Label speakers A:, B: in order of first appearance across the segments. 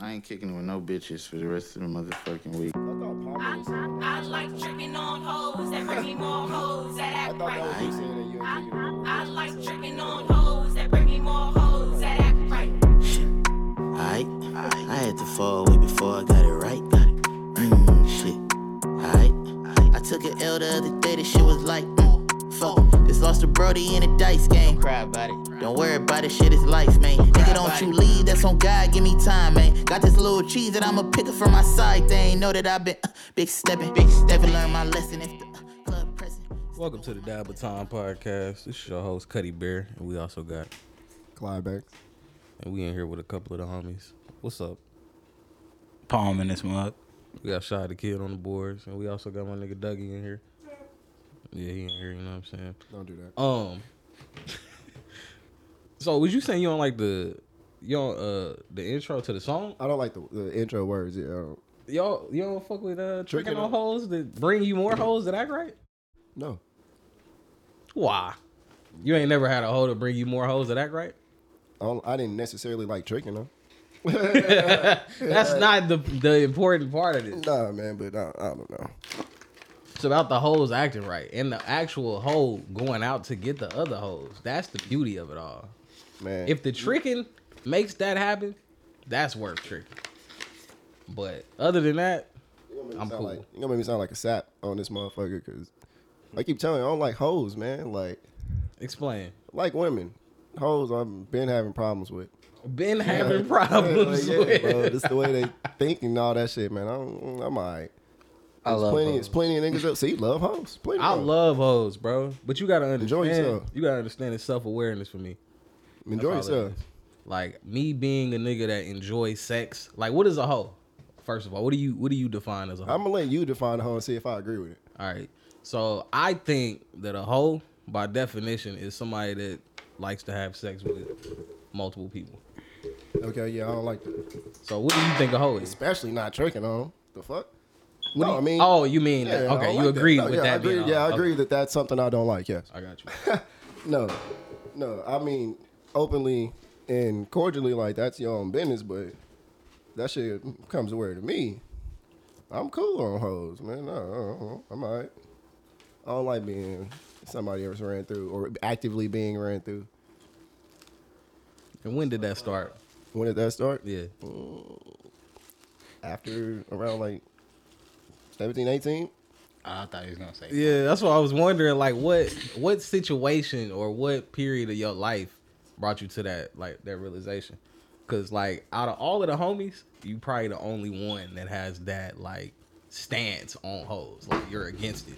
A: I ain't kicking with no bitches for the rest of the motherfucking week.
B: I, I, I like tricking on hoes that bring me more hoes that act right. I, I like tricking on hoes that bring me more hoes that act right.
C: Aight, I had to fall away before I got it right. Got it. Mm, shit. Aight, I took an L the other day. This shit was like, mm, fuck. Just lost to Brody in a dice game. Don't cry about it. Don't worry about it. Shit is life, man. Nigga, don't you leave. That's on God. Give me time, man. Got this little cheese that I'ma pick up from my side. They ain't know that I've been uh, big stepping. Big stepping. Learn my lesson. If the uh, club pressing.
D: Welcome to the Dab with Time podcast. This is your host Cuddy Bear, and we also got
E: Clyde Banks.
D: and we in here with a couple of the homies. What's up?
F: palm in this mug.
D: We got Shy the Kid on the boards, and we also got my nigga Dougie in here. Yeah, he in here. You know what I'm saying?
E: Don't do that.
D: Um. so was you saying you don't like the y'all uh the intro to the song?
E: I don't like the, the intro words. Yeah, I don't-
D: Y'all you don't fuck with uh tricking
E: Tricking
D: on
E: on-
D: hoes that bring you more hoes that act right?
E: no,
D: Why? You ain't never had a hoe to bring you more hoes that act right?
E: I, don't, I didn't necessarily like tricking them.
D: That's not the the important part of this.
E: Nah, man, but I, I don't know.
D: It's about the hoes acting right and the actual hoe going out to get the other hoes. That's the beauty of it all.
E: Man,
D: If the tricking makes that happen, that's worth tricking. But other than that,
E: You're gonna make me
D: I'm
E: sound
D: cool.
E: Like, you gonna make me sound like a sap on this motherfucker because I keep telling you, I don't like hoes, man. Like,
D: explain.
E: like women, hoes I've been having problems with.
D: Been having
E: Yeah,
D: problems
E: like, yeah,
D: with.
E: bro, this the way they think and all that shit, man. I don't, I'm alright.
D: I love
E: plenty.
D: hoes.
E: It's plenty of niggas up. See, love hoes. Plenty.
D: I
E: of hoes.
D: love hoes, bro. But you gotta
E: Enjoy
D: understand.
E: yourself.
D: You gotta understand it's self awareness for me.
E: Enjoy
D: That's all it
E: yourself.
D: is. Like me being a nigga that enjoys sex. Like, what is a hoe? First of all, what do you what do you define as a hoe?
E: I'm gonna let you define a hoe and see if I agree with it.
D: all right. So I think that a hoe, by definition, is somebody that likes to have sex with multiple people.
E: Okay, yeah, I don't like that.
D: So what do you think a hoe is?
E: Especially not tricking on 'em. The fuck?
D: What do
E: no,
D: you,
E: I mean,
D: oh, you mean
E: yeah, I
D: that?
E: don't
D: Okay,
E: like
D: you
E: that.
D: agree
E: No,
D: with
E: yeah, I
D: that?
E: agree,
D: being a
E: yeah,
D: hoe.
E: I agree
D: Okay,
E: that that's something I don't like. Yes.
D: I got you.
E: No, no. I mean, openly and cordially, like that's your own business, but that shit comes aware to me. I'm cool on hoes, man. No, I don't- I'm alright. I don't like being somebody else ran through or actively being ran through.
D: And when did that start?
E: When did that start?
D: Yeah.
E: After around like 17, 18?
F: I thought he was gonna say.
D: Yeah, that's what I was wondering. Like, what what situation or what period of your life brought you to that like that realization? Because like out of all of the homies, you probably the only one that has that like stance on hoes. Like you're against it.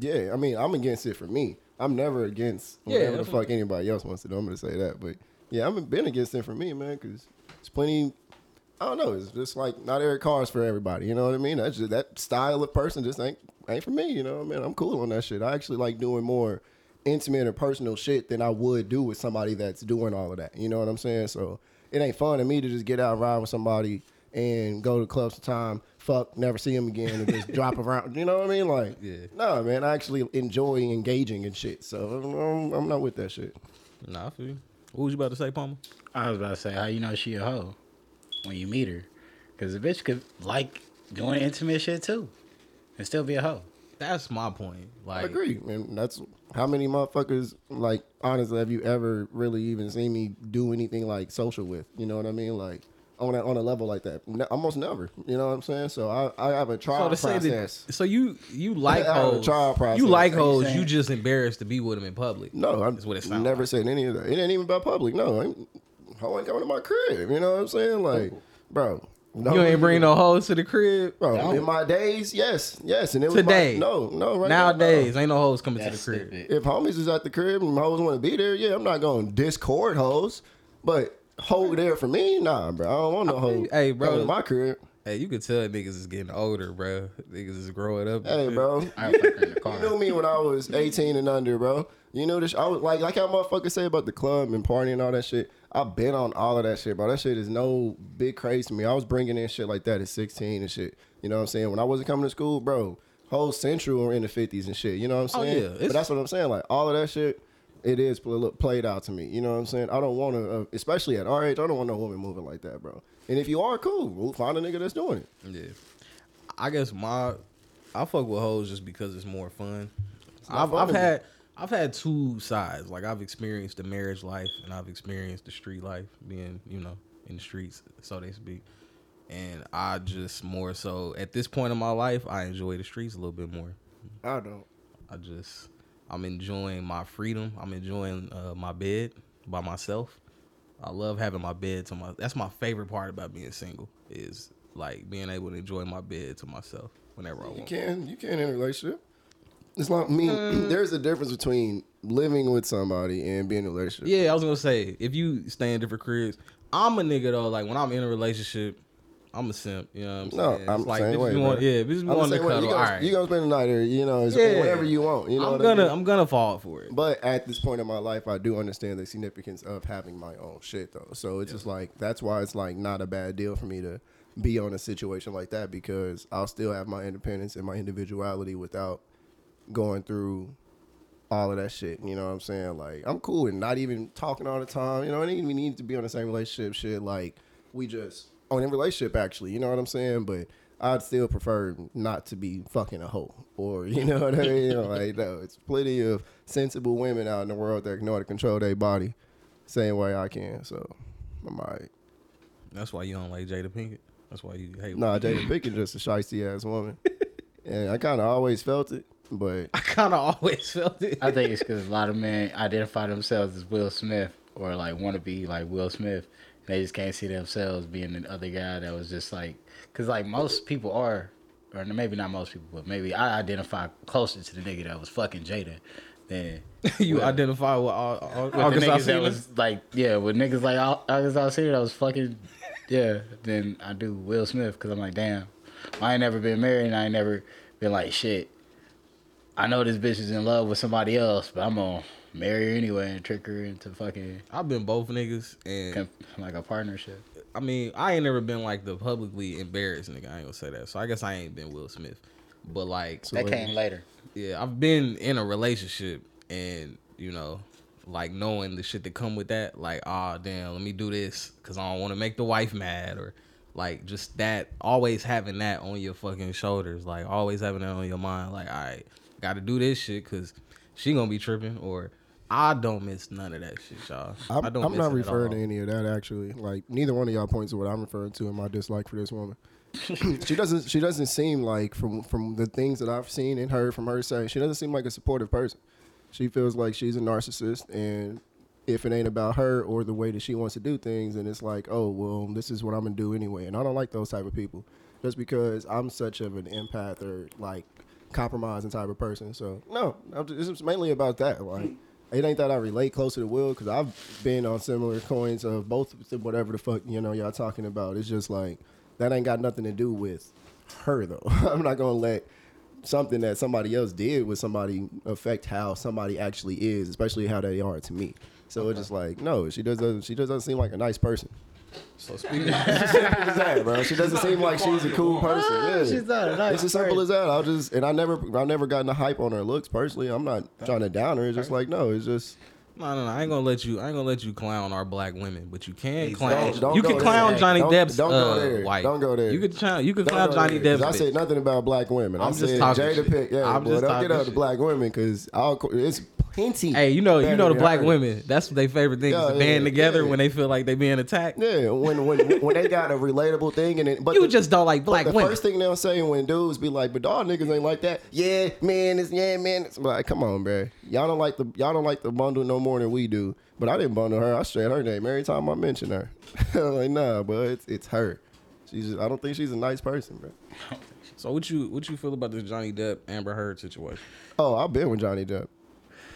E: Yeah, I mean, I'm against it for me. I'm never against
D: Yeah,
E: whatever the
D: that's what-
E: fuck anybody else wants to do. I'm gonna say that, but yeah, I've been against it for me, man, because it's plenty. I don't know. It's just like not every car is for everybody. You know what I mean? That's just, that style of person just ain't ain't for me. You know, what I mean, I'm cool on that shit. I actually like doing more intimate or personal shit than I would do with somebody that's doing all of that. You know what I'm saying? So it ain't fun to me to just get out and ride with somebody and go to clubs sometime, fuck, never see him again, and just drop around. You know what I mean? Like,
D: Yeah.
E: no, man, I actually enjoy engaging and shit. So I'm, I'm not with that shit.
D: Nah, I feel you. What was you about to say, Palmer?
F: I was about to say how you know she a hoe when you meet her, because the bitch could like doing intimate shit too, and still be a hoe.
D: That's my point.
E: I
D: Like,
E: agree, and that's how many motherfuckers. Like, honestly, have you ever really even seen me do anything like social with? You know what I mean? Like on a, on a level like that, Ne- almost never. You know what I'm saying? So I, I have a
D: so
E: trial
D: to say that,
E: process.
D: so you you like
E: I have a
D: hoes,
E: trial process.
D: you like
E: Are you
D: hoes, you
F: saying-
D: just embarrassed to be with them in public.
E: no, I'm
D: That's what it sound
E: never
D: like.
E: said any of that. It ain't even about public. No, I'm, hoe ain't coming to my crib. You know what I'm saying? Like,
D: Oh.
E: bro,
D: You ain't bring no hoes to the crib.
E: Bro, in my days, yes, yes, and it was my-
D: Today.
E: no, no, right now, no.
D: Nowadays, ain't no hoes coming to the crib.
E: if homies is at the crib and hoes want to be there, yeah, I'm not going to discord hoes, but hoe there for me, nah, bro. I don't want no hoe.
D: Hey, bro.
E: coming to my crib.
D: Hey, you can tell niggas is getting older, bro. Niggas is growing up.
E: Hey, bro.
F: I was like in the
E: You knew
F: car.
E: me when I was 18 and under, bro. You know this. I was like, like how motherfuckers say about the club and partying and all that shit. I've been on all of that shit, bro. That shit is no big craze to me. I was bringing in shit like that at 16 and shit. You know what I'm saying? When I wasn't coming to school, bro, whole central were in the 50s and shit. You know what I'm
D: Oh,
E: saying?
D: yeah.
E: But that's what I'm saying. Like all of that shit. it is pl- look, played out to me. You know what I'm saying? I don't want to, uh, especially at our age, I don't want no woman moving like that, bro. And if you are cool, we'll find a nigga that's doing it.
D: Yeah. I guess my I fuck with hoes just because it's more fun.
E: not
D: I've
E: fun
D: I've
E: to me.
D: had I've had two sides. Like I've experienced the marriage life and I've experienced the street life, being, you know, in the streets, so they speak. And I just more so at this point in my life, I enjoy the streets a little bit more.
E: I don't.
D: I just I'm enjoying my freedom. I'm enjoying uh, my bed by myself. I love having my bed to my. That's my favorite part about being single is like being able to enjoy my bed to myself whenever I
E: You
D: want.
E: can, you can in a relationship. It's like, I mean,
D: Mm.
E: there's a difference between living with somebody and being in a relationship.
D: Yeah, I was gonna say if you stay in different careers, I'm a nigga though. Like when I'm in a relationship, I'm a simp. You know what I'm
E: No,
D: saying?
E: I'm
D: It's like
E: the
D: bitch,
E: same way.
D: you
E: bro.
D: want, yeah, bitch,
E: I'm
D: you
E: the
D: want to
E: same way.
D: cuddle.
E: You
D: All
E: gonna,
D: right,
E: you gonna spend the night or you know, it's
D: yeah,
E: whatever you want. You know,
D: I'm
E: what I
D: gonna
E: mean?
D: I'm gonna fall for it.
E: But at this point in my life, I do understand the significance of having my own shit, though. So it's just like that's why it's like not a bad deal for me to be on a situation like that because I'll still have my independence and my individuality without going through all of that shit. You know what I'm saying? Like I'm cool with not even talking all the time. You know, I didn't even need to be on the same relationship shit. Like we just on a relationship actually. You know what I'm saying? But I'd still prefer not to be fucking a hoe, or you know what I mean? You know, like no, it's plenty of sensible women out in the world that know how to control their body, same way I can. So I'm alright.
D: That's why you don't like Jada Pinkett. That's why you hate.
E: Nah, Jada Pickett just a shisty ass woman, and I kind of always felt it, but
D: I kind of always felt it.
F: I think it's because a lot of men identify themselves as Will Smith or like want to be like Will Smith. And they just can't see themselves being the other guy that was just like, because like most people are, or maybe not most people, but maybe I identify closer to the nigga that was fucking Jada than
D: you identify with all, all
F: with
D: August
F: the niggas
D: Alsina?
F: that was like, yeah, with niggas like Al- August Alsina that was fucking, yeah, then I do Will Smith because I'm like, damn, I ain't never been married and I ain't never been like, shit, I know this bitch is in love with somebody else, but I'm gonna marry her anyway and trick her into fucking
D: I've been both niggas, and
F: com- like a partnership.
D: I mean, I ain't never been like the publicly embarrassed nigga. I ain't gonna say that. So I guess I ain't been Will Smith, but like,
F: That came later.
D: yeah, I've been in a relationship, and you know, like knowing the shit that come with that, like, ah, damn, let me do this because I don't want to make the wife mad, or like just that, always having that on your fucking shoulders, like always having that on your mind, like, all right, gotta do this shit because she gonna be tripping, or I don't miss none of that shit, y'all.
E: I'm,
D: I don't
E: I'm
D: miss
E: not
D: it at
E: referring
D: all.
E: to any of that actually. Like neither one of y'all points to what I'm referring to in my dislike for this woman. she doesn't. She doesn't seem like from from the things that I've seen and heard from her say. She doesn't seem like a supportive person. She feels like she's a narcissist, and if it ain't about her or the way that she wants to do things, then it's like, oh well, this is what I'm gonna do anyway. And I don't like those type of people, just because I'm such of an empath or like compromising type of person. So no, I'm just, it's mainly about that. Like it ain't that I relate closer to Will because I've been on similar coins of both whatever the fuck you know y'all talking about. It's just like that ain't got nothing to do with her though. I'm not gonna let something that somebody else did with somebody affect how somebody actually is, especially how they are to me. So it's just like no, she does doesn't she does doesn't seem like a nice person.
D: So speaking.
E: Simple as that, bro. She doesn't seem like she's a cool person. Yeah.
F: she's not a nice
E: It's as simple as that. I just and I never I never gotten a hype on her looks personally. I'm not trying to down her. It's just like no, it's just
D: No, no, no. I ain't gonna let you. I ain't gonna let you clown our black women, but you can clown.
E: Don't- don't
D: you
E: go
D: can
E: there.
D: clown Johnny
E: Don't-
D: Depp's
E: don't go
D: uh,
E: there.
D: wife.
E: Don't go there.
D: You can clown. You can
E: Don't
D: clown
E: go
D: Johnny
E: there,
D: Depp's.
E: 'cause I said
D: bitch.
E: nothing about black women. i
D: I'm just
E: said
D: talking
E: Jada
D: shit.
E: Pick. Yeah,
D: I'm
E: boy,
D: just
E: don't
D: talking
E: get out the
D: shit.
E: black women because it's plenty.
D: Hey, you know, you
E: better
D: know the
E: than
D: black
E: her.
D: women. That's their favorite thing
E: Yeah,
D: is to band
E: yeah,
D: together
E: yeah.
D: when they feel like they being attacked.
E: Yeah, when when when they got a relatable thing and it, but
D: You
E: the-
D: just don't like
E: but
D: black
E: the
D: women.
E: first thing they'll say when dudes be like, "But dog niggas ain't like that." Yeah, man, it's yeah, man. It's I'm like, come on, bro. Y'all don't like the y'all don't like the bundle no more than we do. But I didn't bundle her. I straight her name every time I mention her. I'm like, nah, but it's it's her. She's just, I don't think she's a nice person, bro.
D: So what you what you feel about this Johnny Depp Amber Heard situation?
E: Oh, I've been with Johnny Depp.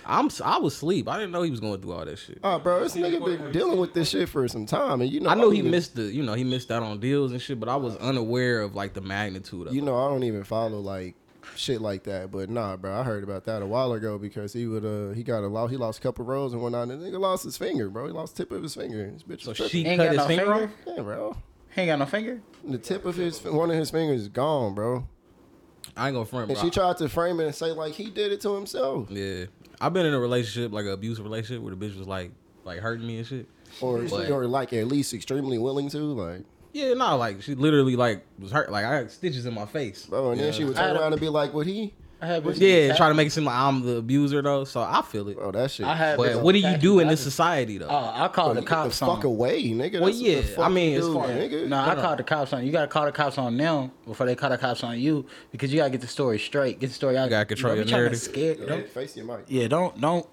D: I'm s- I was asleep. I didn't know he was going through all that shit.
E: Oh, bro, this nigga been dealing with this shit for some time, and you know
D: I know he
E: even-
D: missed the you know he missed out on deals and shit, but I was unaware of like the magnitude of
E: You
D: it.
E: know, I don't even follow like shit like that. But nah, bro, I heard about that a while ago because he would uh he got a lot he lost a couple rows and whatnot. And the nigga lost his finger, bro. He lost the tip of his finger. This bitch
D: So
E: was
D: she
E: tripping.
F: Ain't
D: cut
F: got
D: his
F: no
D: finger,
F: finger?
D: off?
E: yeah, bro.
F: He ain't got no finger.
E: The tip of his one of his fingers is gone, bro.
D: I ain't gonna front.
E: And
D: Bro.
E: she tried to frame it and say like he did it to himself.
D: Yeah, I've been in a relationship, like an abusive relationship, where the bitch was like, like hurting me and shit.
E: or
D: But-
E: or like at least extremely willing to like.
D: Yeah, no, like she literally like was hurt. Like I had stitches in my face.
E: Bro, and then she would
F: I
E: turn
F: had a-
E: around and be like, "What he?
F: I have bitches
D: Yeah,
F: attack-
D: try to make it seem like I'm the abuser though. So I feel it.
E: Bro, that shit.
F: I have
D: But
F: bitches
D: what do you
F: attack
D: do
F: me.
D: in
F: I
D: this
F: just-
D: society though?
F: Oh, I called the
E: Get the
F: cops
E: fuck
F: on.
E: away, nigga. That's
D: Well,
E: what the
D: yeah,
E: fuck
D: I
E: you
D: mean, it's
E: do,
D: fine.
E: nigga.
F: No, I called the cops on you. You gotta call the cops on them before they call the cops on you because you gotta get the story straight. Get the story out. You
D: gotta control
F: don't be
D: your
F: trying to
D: narrative.
F: Scare,
E: Yeah,
F: don't,
E: face your mic.
F: yeah, don't don't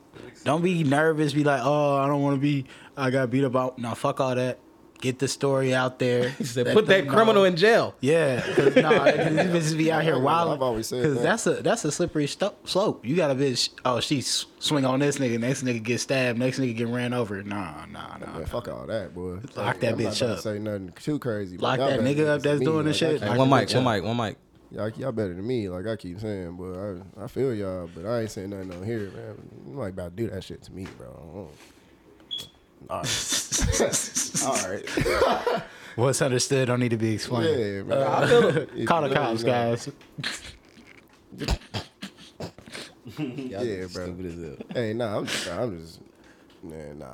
F: don't be nervous. Be like, oh, I don't want to be. I got beat about. No, fuck all that. Get the story out there.
D: He said, put that criminal in jail.
F: Yeah, because nah, 'cause these bitches be out here
E: I've
F: wild.
E: always said that.
F: that's a that's a slippery sto- slope. You got a bitch. Oh, she s- swing on this nigga. Next nigga get stabbed. Next nigga get ran over. Nah, nah, nah.
E: Man, fuck all that, boy. Lock
F: that
E: I'm not
F: bitch
E: about to
F: up.
E: Say nothing too crazy. but
F: Lock
E: y'all
F: that
E: better
F: nigga
E: than
F: up that's
E: me.
F: doing
E: Like,
F: this shit.
E: I
D: Hey,
E: keep-
D: one mic, one mic, one mic.
E: Y'all, y'all better than me. Like I keep saying, but I, I feel y'all, but I ain't saying nothing on here, man. You like about to do that shit to me, bro. All right, all right.
F: What's understood don't need to be explained.
E: Yeah, man.
F: Uh,
E: If
F: Call
E: you
F: the
E: know,
F: cops,
E: you know.
F: guys.
E: Yeah, bro. Hey, nah, I'm just, I'm just, man, nah.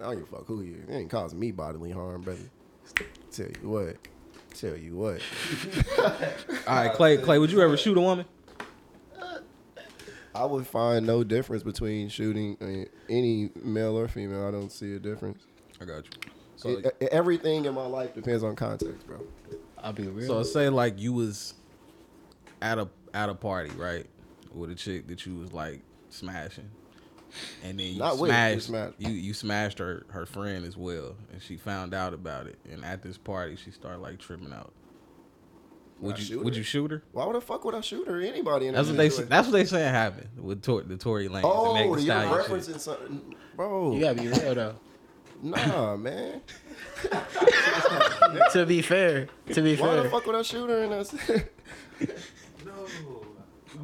E: I don't give a fuck who you. It ain't causing me bodily harm, brother. Tell you what. Tell you what.
D: All right, Clay, Clay, would you ever shoot a woman?
E: I would find no difference between shooting uh, any male or female. I don't see a difference.
D: I got you. So,
E: It- e- everything in my life depends on context, bro.
F: I'll be real.
D: so say like you was at a at a party, right, with a chick that you was like smashing, and then you
E: Not with, you
D: smashed
E: smashed.
D: you you smashed her her friend as well, and she found out about it, and at this party she started like tripping out. Would
E: I
D: you
E: shoot
D: would
E: her?
D: you shoot her?
E: Why would the fuck would I shoot her? Anybody in that
D: That's what they
E: situation?
D: that's what they saying happened with Tor, the Tory Lanez. and
E: Oh,
D: Megan
E: you're
D: Stallion shit.
E: referencing something, bro.
F: you gotta be real though.
E: Nah, man.
F: to be fair, to be
E: Why the
F: fair,
E: fuck would I shoot her? And that's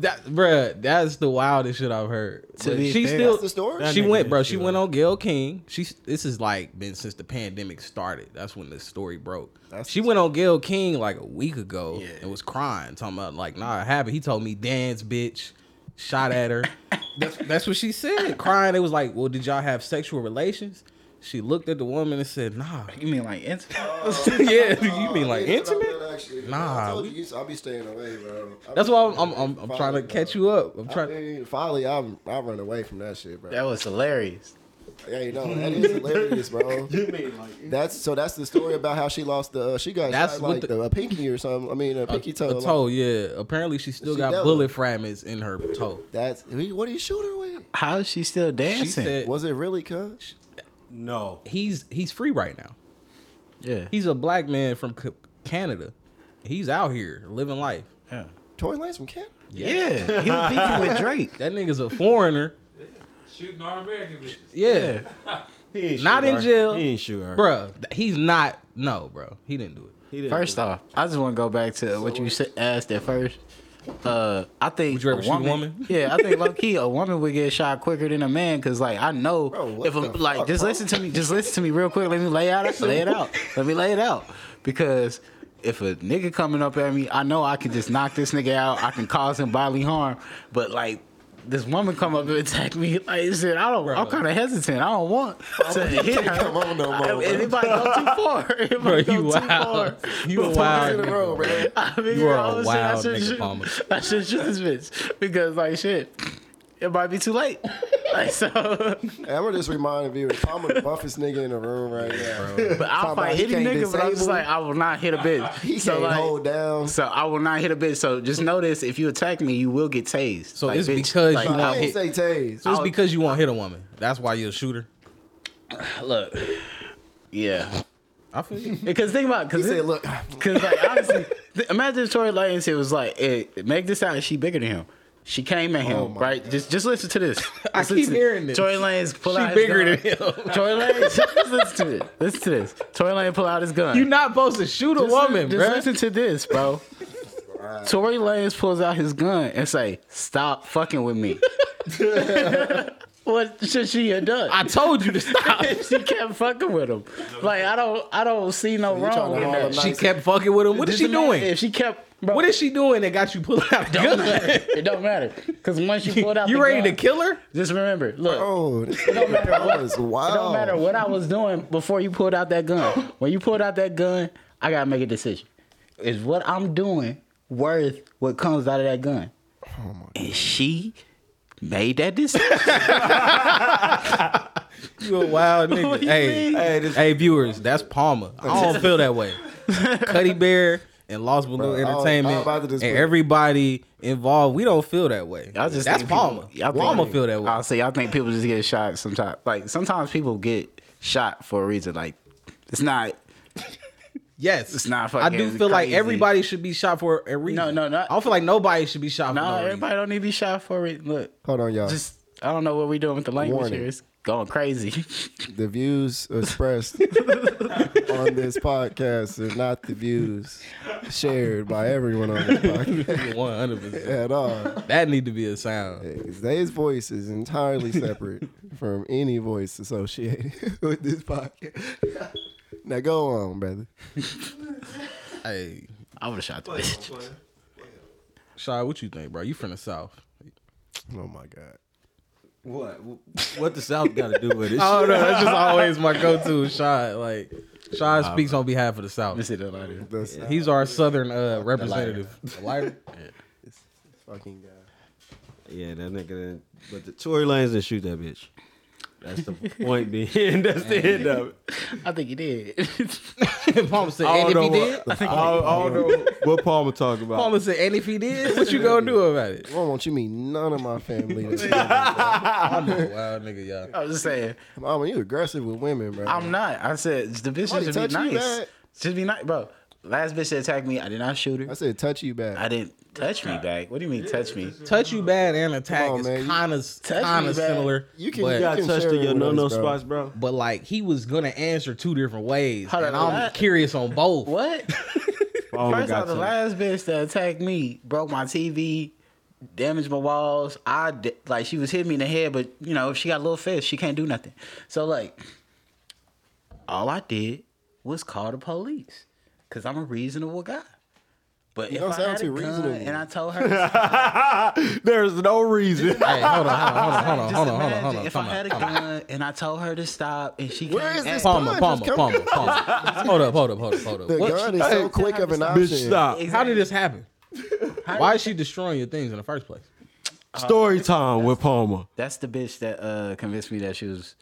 D: That bruh, that's the wildest shit I've heard.
F: To
D: But
F: be
D: she
F: fair-
D: still
E: That's the story?
D: She
F: That nigga
D: went, bro.
F: is
D: She went on Gail King. She this is like been since the pandemic started. That's when this story broke.
E: That's
D: she went on Gail King like a week ago
F: Yeah.
D: and was crying, talking about like, nah, it happened. He told me dance, bitch. Shot at her. that's that's what she said. Crying. It was like, well, did y'all have sexual relations? She looked at the woman and said, nah.
F: you mean like intimate?
D: yeah, you mean like intimate? Nah,
E: Nah, I told
D: we-
E: you, I'll be staying away, bro. I
D: That's
E: be-
D: why I'm I'm, I'm, I'm trying to
E: Finally,
D: catch
E: bro.
D: you up. I'm
E: I
D: trying.
E: mean, finally, I'm I run away from that shit, bro.
F: that was hilarious.
E: Hey, no, that is hilarious, bro. You mean like that's so? That's the story about how she lost the uh, she got
D: That's
E: shot,
D: what
E: like
D: the-
E: a pinky or something. I mean, a pinky toe.
D: A
E: like-
D: toe, yeah. Apparently, she still
E: She
D: got
E: devil.
D: bullet fragments in her toe.
E: that's he- what did he shoot her with?
F: How is she still dancing?
D: She said
E: Was it really, cuz?
G: No.
D: he's he's free right now.
F: yeah,
D: He's a black man from C- Canada. He's out here living life.
F: yeah,
E: Tory Lanez from Canada.
F: yeah. He was beefing with Drake.
D: That nigga's a foreigner.
G: Shooting our American bitches.
D: Yeah,
G: He ain't
D: Not
G: shoot
D: in
G: her.
D: jail.
G: He ain't shoot her.
D: bruh. th- He's not. No, bro. He didn't do it.
G: He didn't
F: First
G: do
F: off, I just want to go back to what you said, asked at first. Uh, I think
D: Would you ever
F: a
D: shoot a
F: woman,
D: woman?
F: yeah, I think low key a woman would get shot quicker than a man because like I know
E: Bro, what
F: if a,
E: the
F: like
E: fuck,
F: just
E: bro?
F: listen to me, just listen to me real quick. Let me lay out, lay it out. Let me lay it out because if a nigga coming up at me, I know I can just knock this nigga out. I can cause him bodily harm, but like. This woman come up and attack me like shit. I don't. I'm kind of hesitant. I don't want to hit her.
E: Come on, no more.
F: If-
E: bro.
F: if Anybody go too far? Anybody
D: Bro,
F: go
D: you
F: too far?
D: wild. You a
E: in
D: wild.
E: a row,
D: nigga.
E: bro.
F: I mean,
D: You are
F: I
D: a
F: was
D: wild
F: saying I
D: nigga,
F: should
D: Palmer.
F: shoot, I should shoot this bitch because like shit, it might be too late. Like so, but
E: Hey, I'm gonna just remind viewers, I'm the buffest nigga in the room right now. Talking
F: I'll
E: about
F: fight
E: he
F: any
E: can't
F: nigga. But I'm just
E: disable.
F: like, I will not hit a bitch.
E: He
F: so
E: can't
F: like,
E: hold down.
F: so I will not hit a bitch. So just notice if you attack me, you will get tased.
D: So
F: Like,
D: it's
F: bitch,
D: because
F: like,
D: you
E: I
D: won't
E: didn't
D: hit.
E: say tase.
D: So it's
F: I'll-
D: because you won't hit a woman. That's why you're a shooter.
F: look, yeah.
D: I feel you.
F: Because think about
E: He
F: because
E: said, "Look,
F: Cause like honestly, th- imagine if Tory Lanez. It was like, eh, make this out. She bigger than him. She came at him,
E: my
F: right? Just just listen to this.
D: Oh I
F: Just
D: keep
F: listen.
D: hearing this.
F: Tory Lanez pull
D: She
F: out.
D: bigger
F: his
D: than
F: gun.
D: him.
F: Tory Lanez, just listen to this. Listen to this. Tory Lanez pull out his gun.
D: You're not supposed to shoot a
F: Just li-
D: woman,
F: Just
D: bro.
F: listen to this, bro. Tory Lanez pulls out his gun and say, "Stop fucking with me." What should she have done?
D: I told you to stop.
F: she kept fucking with him. Like I don't, I don't see no
E: trying
F: wrong
E: to
F: with
E: haul
F: that.
E: him
D: she
E: Nice.
D: kept fucking with him. What is she
F: Just imagine
D: doing?
F: If she kept, bro,
D: What is she doing that got you pulling out a
F: Don't
D: gun?
F: matter. It don't matter because once you pulled out,
D: You
F: the
D: ready to
F: gun-
D: kill her?
F: Just remember, look.
E: Oh, this
F: It don't matter what.
E: is
F: It
E: wild.
F: don't matter what I was doing before you pulled out that gun. When you pulled out that gun, I gotta make a decision. Is what I'm doing worth what comes out of that gun? And she made that decision.
D: You a wild nigga.
F: What do you
D: hey,
F: mean?
D: hey,
G: this-
D: viewers, that's Palmer. I don't feel that way. Cuddy Bear and Lost Balloon
E: Bro, I was- I was
D: Entertainment
E: about to just
D: and
E: put-
D: everybody involved, we don't feel that way.
F: I just
D: that's
F: think
D: Palmer.
F: People, I think-
D: Palmer feel that way.
F: I'll say I think people just get shot sometimes. Like sometimes people get shot for a reason. Like it's not.
D: yes,
F: it's not
D: I do
F: fucking
D: feel like
F: crazy.
D: everybody should be shot for a reason.
F: No, no, not-
D: I don't feel like nobody should be shot
F: No,
D: for no reason.
F: everybody don't need to be shot for it. Look,
E: Hold on, y'all.
F: just I don't know what we're doing with the language
E: Uh, Warning.
F: here. It's going crazy.
E: the views expressed on this podcast are not the views shared by everyone on this podcast
D: One hundred percent.
E: at all.
D: That need to be a sound.
E: Today's voice is entirely separate from any voice associated with this podcast. Now go on, brother.
D: Hey,
F: I would have shot the bitch.
D: Shy, what you think, bro? You from the south?
E: Oh my god.
G: What? What the South got to do with it?
D: Oh no, that's just always my go-to. Shy, like Shy speaks on behalf of the south.
F: Let me see that lighter.
E: That's
D: He's our southern uh, representative. Lighter?
E: fucking guy.
G: Yeah, that nigga. Didn't, but the Tory Lanez didn't shoot that bitch. That's the point being. That's the end of it.
F: I think he did.
D: Palmer said,
G: I
D: and if
G: don't
D: he
G: know
D: did,
G: what- I don't- I don't know what Palmer talking about.
D: Palmer said, and if he did, what you gonna do about it?
E: I don't want you to meet none of my family.
D: I'm a wild nigga, y'all.
F: I was just saying,
E: Mama, you aggressive with women, bro.
F: I'm not. I said the bitch
E: Nobody
F: should
E: touch
F: be
E: you,
F: nice.
E: man.
F: Should be nice, bro. Last bitch that attacked me, I did not shoot her.
E: I said touch you
F: I
E: back.
F: didn't touch me back. What do you mean touch me?
D: Touch you bad and attack
E: Come on,
D: is
E: man. You-
D: kind of
F: me
D: kind of
F: bad.
D: similar.
E: You can-
D: but,
G: You got touched
E: share
G: in your
E: it with
G: no no
E: us, bro.
G: spots, bro.
D: but like he was gonna answer two different ways,
F: Hold
D: and
F: on,
D: I'm
F: what?
D: curious on both.
F: What?
G: Palmer
F: First
G: got
F: off, the
G: touched.
F: last bitch that attacked me broke my TV, damaged my walls. I di- like she was hitting me in the head, but you know if she got a little fist, she can't do nothing. So like, all I did was call the police because I'm a reasonable guy. But if
E: don't
F: I
E: sound
F: had a
E: too
F: gun
E: reasonable.
F: and I told her,
G: There's no reason.
D: Hey, hold on, hold on, hold on,
F: just
D: hold on, hold on,
F: imagine
D: hold on.
F: if
D: Come
F: I
D: on,
F: had a
D: come on.
F: gun and I told her to stop and she
E: Where
F: came
E: is this
F: back-
E: gun just
D: Palmer, Palmer,
E: come
D: Palmer, Palmer. Hold up, hold up, hold up, hold up.
E: The
D: What-
E: gun is so quick of an option.
G: Bitch, stop.
D: How did this happen? Why is she destroying your things in the first place?
G: Story time with Palmer.
F: That's the bitch that uh, convinced me that she was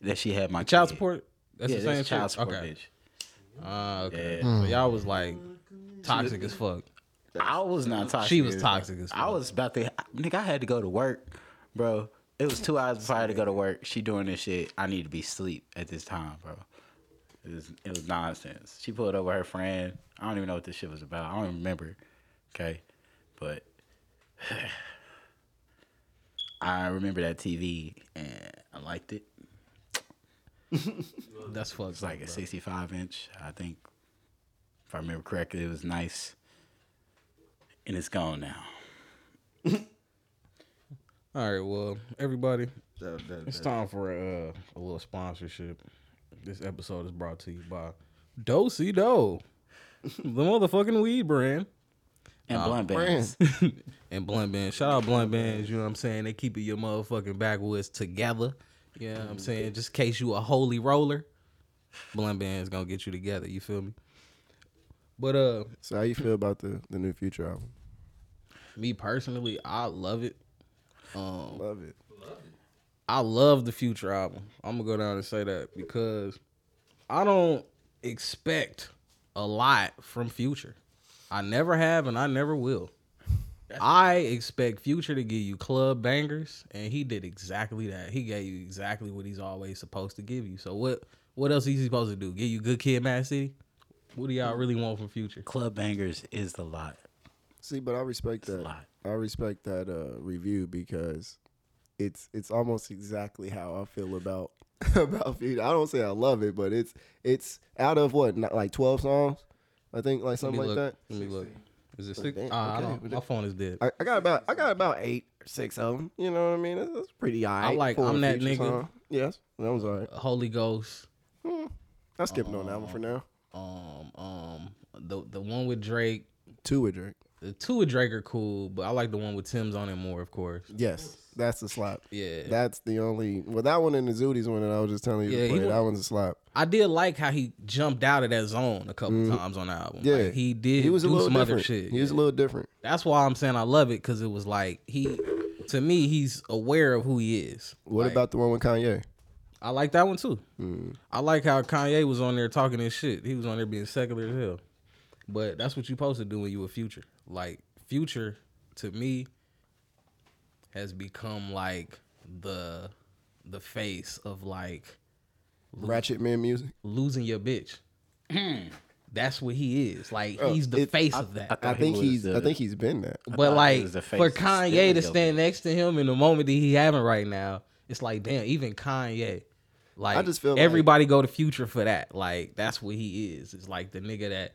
F: that she had my
D: Child
F: kid.
D: support. That's
F: Yeah,
D: the same
F: that's child
D: shit?
F: support,
D: Okay.
F: bitch.
D: Ah, okay. So y'all was like toxic as fuck.
F: I was not toxic.
D: She was
F: as-
D: toxic as
F: I
D: fuck.
F: was about to, nigga. I had to go to work, bro. It was two hours before I had to go to work. She doing this shit. I need to be asleep at this time, bro. It was, it was nonsense. She pulled over her friend. I don't even know what this shit was about. I don't even remember. Okay, but I remember that TV and I liked it.
D: That's fucked.
F: It's like a 65 inch. I think, if I remember correctly, it was nice. And it's gone now.
D: All right, well, everybody,
G: That- that-
D: it's time for uh, a little sponsorship. This episode is brought to you by Dosey Do, the motherfucking weed brand,
F: And
D: Uh,
F: blunt bands.
E: Friends.
D: and Blunt Band. Shout out Blunt Bands. You know what I'm saying? They keep your motherfucking backwoods together. You know what I'm saying? Just in case you a holy roller, Blunt Band's gonna get you together. You feel me? But uh,
E: So how you feel about the, the new future album?
D: me personally, I love it. Um,
E: Love it.
D: I love the future album. I'm gonna go down and say that because I don't expect a lot from Future. I never have and I never will. I expect Future to give you club bangers, and he did exactly that. He gave you exactly what he's always supposed to give you. So what what else is he supposed to do? Give you good kid Mad City? What do y'all really want from Future?
F: Club Bangers is the lot.
E: See, but I respect
F: a
E: that.
F: lot.
E: I respect that uh, review because it's it's almost exactly how I feel about about future. I don't say I love it, but it's it's out of what not like twelve songs, I think, like something
D: Let me
E: like
D: look.
E: that.
D: Let me look. Is it six?
E: Damn,
D: uh, I
E: okay,
D: don't-
E: but
D: my
E: it-
D: phone is dead. I,
E: I, I got about I got about eight or six of them. You know what I mean? That's, that's pretty high.
D: like I'm that nigga.
E: Yes, that was alright.
D: Holy Ghost.
E: I skipped on that one for now.
D: Um, um, the the one with Drake.
E: Two with Drake.
D: The two with Drake are cool, but I like the one with Tim's on it more, of course.
E: Yes, that's the slap.
D: Yeah.
E: that's the only. Well, that one and the Zooties one that I was just telling you
D: Yeah,
E: to
D: he
E: play.
D: went-
E: That one's a slap.
D: I did like how he jumped out of that zone a couple times on the album.
E: Mm-hmm. Yeah,
D: Like, he did.
E: He was a
D: do
E: little
D: some
E: different.
D: other shit.
E: He was a little different.
D: That's why I'm saying I love it because it was like he, to me, he's aware of who he is.
E: What
D: Like,
E: about the one with Kanye?
D: I like that one too.
E: Mm.
D: I like how Kanye was on there talking his shit. He was on there being secular as hell. But that's what you supposed to do when you a future. Like future to me has become like the the face of like
E: Ratchet Man music.
D: losing your bitch. that's what he is. Like he's the
E: Oh, it-
D: face of that.
E: I
F: thought he
E: think
F: was
E: he's.
F: the-
E: I think he's been that.
D: But
F: thought he
D: like
F: was the
D: for
F: face.
D: Kanye
F: Still
D: to
F: is
D: stand next to him in the moment that he having right now, it's like damn, even Kanye. Like
E: I just feel like-
D: everybody go to Future for that. Like that's what he is. It's like the nigga that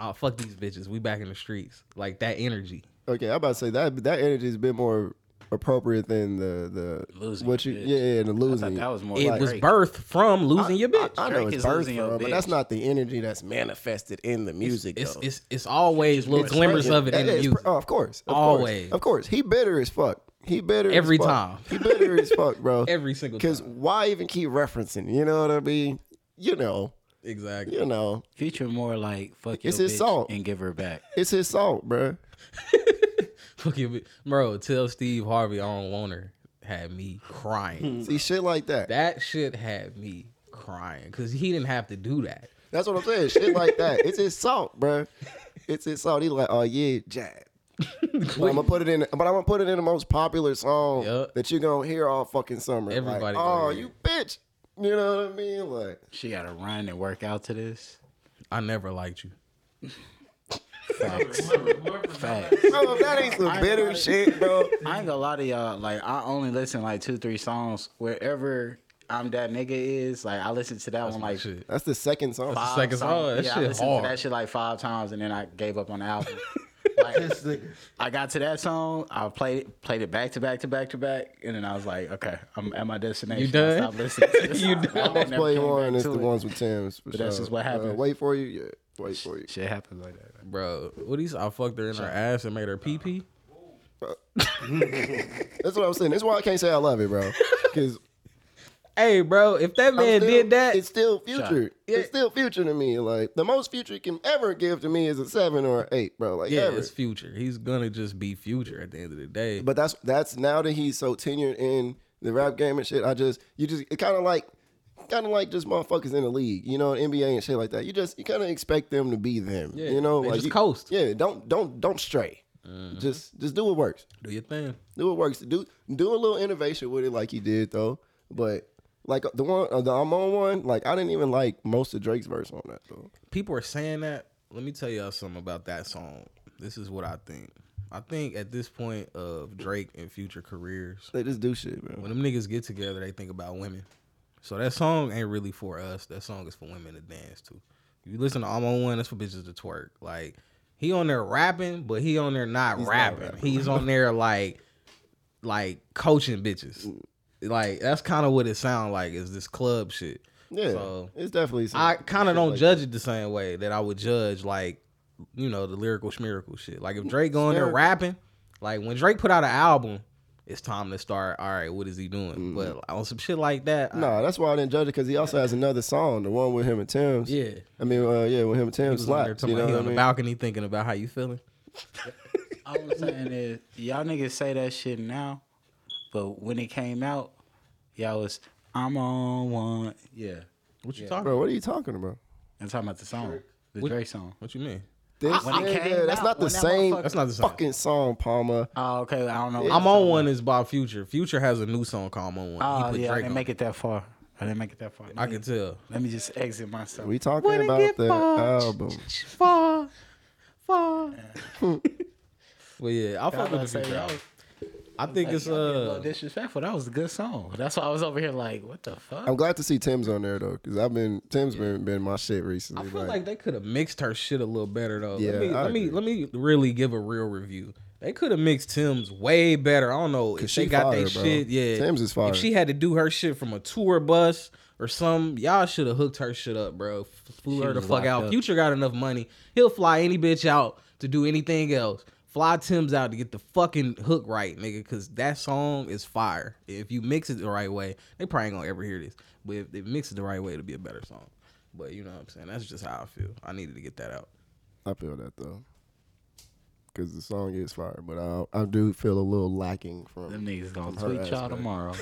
D: oh fuck these bitches, we back in the streets. Like that energy.
E: Okay, I'm about to say that that energy has been more appropriate than the the
F: Losing
E: what you
F: your bitch.
E: yeah, yeah the
F: I
E: losing.
F: thought
E: you.
F: that was more.
D: It
F: like
D: was
F: Drake.
D: birthed from losing your bitch.
E: I, I know
F: Drake
E: it's
F: is
E: birthed
F: losing your
E: from, but
F: bitch.
E: that's not the energy that's manifested in the music.
D: it's,
E: though.
D: it's it's always little
E: It's
D: glimmers
E: present.
D: of it in
E: That
D: the
E: is
D: music.
E: pre- oh, of course, of
D: Always.
E: course, of course. He bitter as fuck. He bitter
D: Every
E: as fuck.
D: time.
E: He bitter as fuck, bro.
D: Every single
E: Because
D: time.
E: why even keep referencing? You know what I mean? You know,
D: Exactly.
E: you know.
F: Future more like fuck your
E: It's his
F: bitch
E: song.
F: and give her back.
E: It's his salt, bro.
D: Fucking bi- bro, tell Steve Harvey I don't want her had me crying.
E: See shit like that.
D: That shit had me crying because he didn't have to do that.
E: That's what I'm saying. Shit like that. It's his salt, bro. It's his salt. He's like, oh yeah, Jack. But I'm gonna put it in. But I'm gonna put it in the most popular song
D: Yup.
E: that you're gonna hear all fucking summer. Like,
D: Everybody gonna
E: oh,
D: hear
E: you bitch. You know what I mean? Like,
F: She gotta run and work out to this.
D: I never liked you.
F: Facts. Facts.
E: bro, that ain't some bitter shit, bro.
F: I ain't gonna lie to y'all. Like I only listen like two, three songs. Wherever I'm that nigga is, like I listen to that one like
D: Shit.
E: That's the second song.
F: five
D: second song.
F: songs.
D: That
F: yeah,
D: shit
F: I listened
D: hard.
F: to that shit like five times and then I gave up on the album. like I got to that song, I played it, played it back to back to back to back, and then I was like, okay, I'm at my destination.
D: You done?
F: I stopped listening. To this
D: You
F: album.
D: done?
F: I never
E: play
F: came
E: one
F: back
E: is
F: to
E: the
F: it.
E: ones with Tim's. for
F: But that's
E: sure.
F: just what happened.
E: Uh, wait for you. Yeah, wait for you.
F: Shit happens like that.
D: Bro, what these? I fucked her in her ass and made her pee pee.
E: That's what I'm saying. That's why I can't say I love it, bro. Because
D: Hey, bro, if that man did that,
E: it's still future.
D: Yeah.
E: It's still future to me. Like the most future you can ever give to me is a seven or an eight, bro. Like
D: yeah,
E: ever.
D: it's future. He's gonna just be future at the end of the day.
E: But that's that's now that he's so tenured in the rap game and shit. I just you just it kind of like kind of like just motherfuckers in the league, you know, NBA and shit like that. You just you kind of expect them to be them,
D: Yeah,
E: you know,
D: they
E: like
D: just
E: you,
D: coast. Mm-hmm.
E: Yeah, don't don't don't stray. Just just do what works.
D: do your thing.
E: Do what works. Do do a little innovation with it, like he did though. But like the one, uh, the I'm on one. Like I didn't even like most of Drake's verse on that though.
D: People are saying that. Let me tell y'all something about that song. This is what I think. I think at this point of Drake and future careers,
E: They just do shit, bro.
D: when them niggas get together, they think about women. So that song ain't really for us. That song is for women to dance to. You listen to I'm on one, that's for bitches to twerk. Like he on there rapping, but he on there not,
E: He's not
D: rapping.
E: rapping.
D: He's on there like like coaching bitches. Like that's kind of what it sound like is this club shit.
E: Yeah,
D: So-
E: it's definitely. some
D: I kind of
E: shit
D: don't
E: like
D: judge it the same way that I would judge like you know the lyrical schmiracle shit. Like if
E: Mm,
D: Drake going there
E: Schmiracle.
D: rapping, like when Drake put out an album, it's time to start. All right, what is he doing?
E: Mm-hmm.
D: But on some shit like that, I-
E: No, that's why I didn't judge it because he also has another song, the one with him and Tim's.
D: yeah.
E: I mean, uh, yeah, with him and
D: He
E: Tim's
D: was on there
E: slaps. You
D: talking
E: know
D: about he
E: what I
D: on the
E: mean?
D: balcony thinking about how you feeling.
F: All I'm saying is, y'all niggas say that shit now, but when it came out, y'all was, I'm on one. Yeah.
D: What you talking
E: Bro,
D: about?
E: what are you talking about?
F: I'm talking about the song, the
D: What-
F: Drake song.
D: What you mean?
E: This
F: When it came
E: nigga, that's
F: out,
E: not the
F: when that
E: same
F: motherfucker-
D: That's not the same.
E: fucking song, Palmer.
F: Oh, okay. I don't know. what
D: I'm
F: the
D: on
F: song
D: one
F: was.
D: is by Future. Future has a new song called "I'm on One."
F: Oh,
D: he put
F: yeah. I
D: Drake
F: didn't
D: on.
F: make it that far. I didn't make it that far.
D: I can tell.
F: Let me just exit myself.
E: We talking about the album.
D: Far, far. but yeah, I fuck
F: Y'all
D: with
F: about
D: the
F: to say
D: Future.
F: y'all-
D: album. I think it's
F: Well,
D: uh
F: disrespectful. That was a good song. That's why I was over here like, what the fuck?
E: I'm glad to see Tim's on there though, because I've been Tim's been been my shit recently.
D: I feel like they could have mixed her shit a little better though.
E: Yeah,
D: let me
E: I
D: let me
E: agree.
D: let me really give a real review. They could have mixed Tim's way better. I don't know if
E: she
D: they got their
E: fire, bro.
D: shit. Yeah,
E: Tim's is fire.
D: If she had to do her shit from a tour bus or some, y'all should have hooked her shit up, bro. F- Flew her the
F: was
D: fuck
F: locked
D: out.
F: up.
D: Future got enough money. He'll fly any bitch out to do anything else. Fly Tim's out to get the fucking hook right, nigga, because that song is fire. If you mix it the right way, they probably ain't gonna ever hear this. But if they mix it the right way, it'll be a better song. But you know what I'm saying? That's just how I feel. I needed to get that out.
E: I feel that though, because the song is fire, but I I do feel a little lacking from
F: Them niggas gonna
E: from her
F: tweet y'all
E: aspect.
F: tomorrow.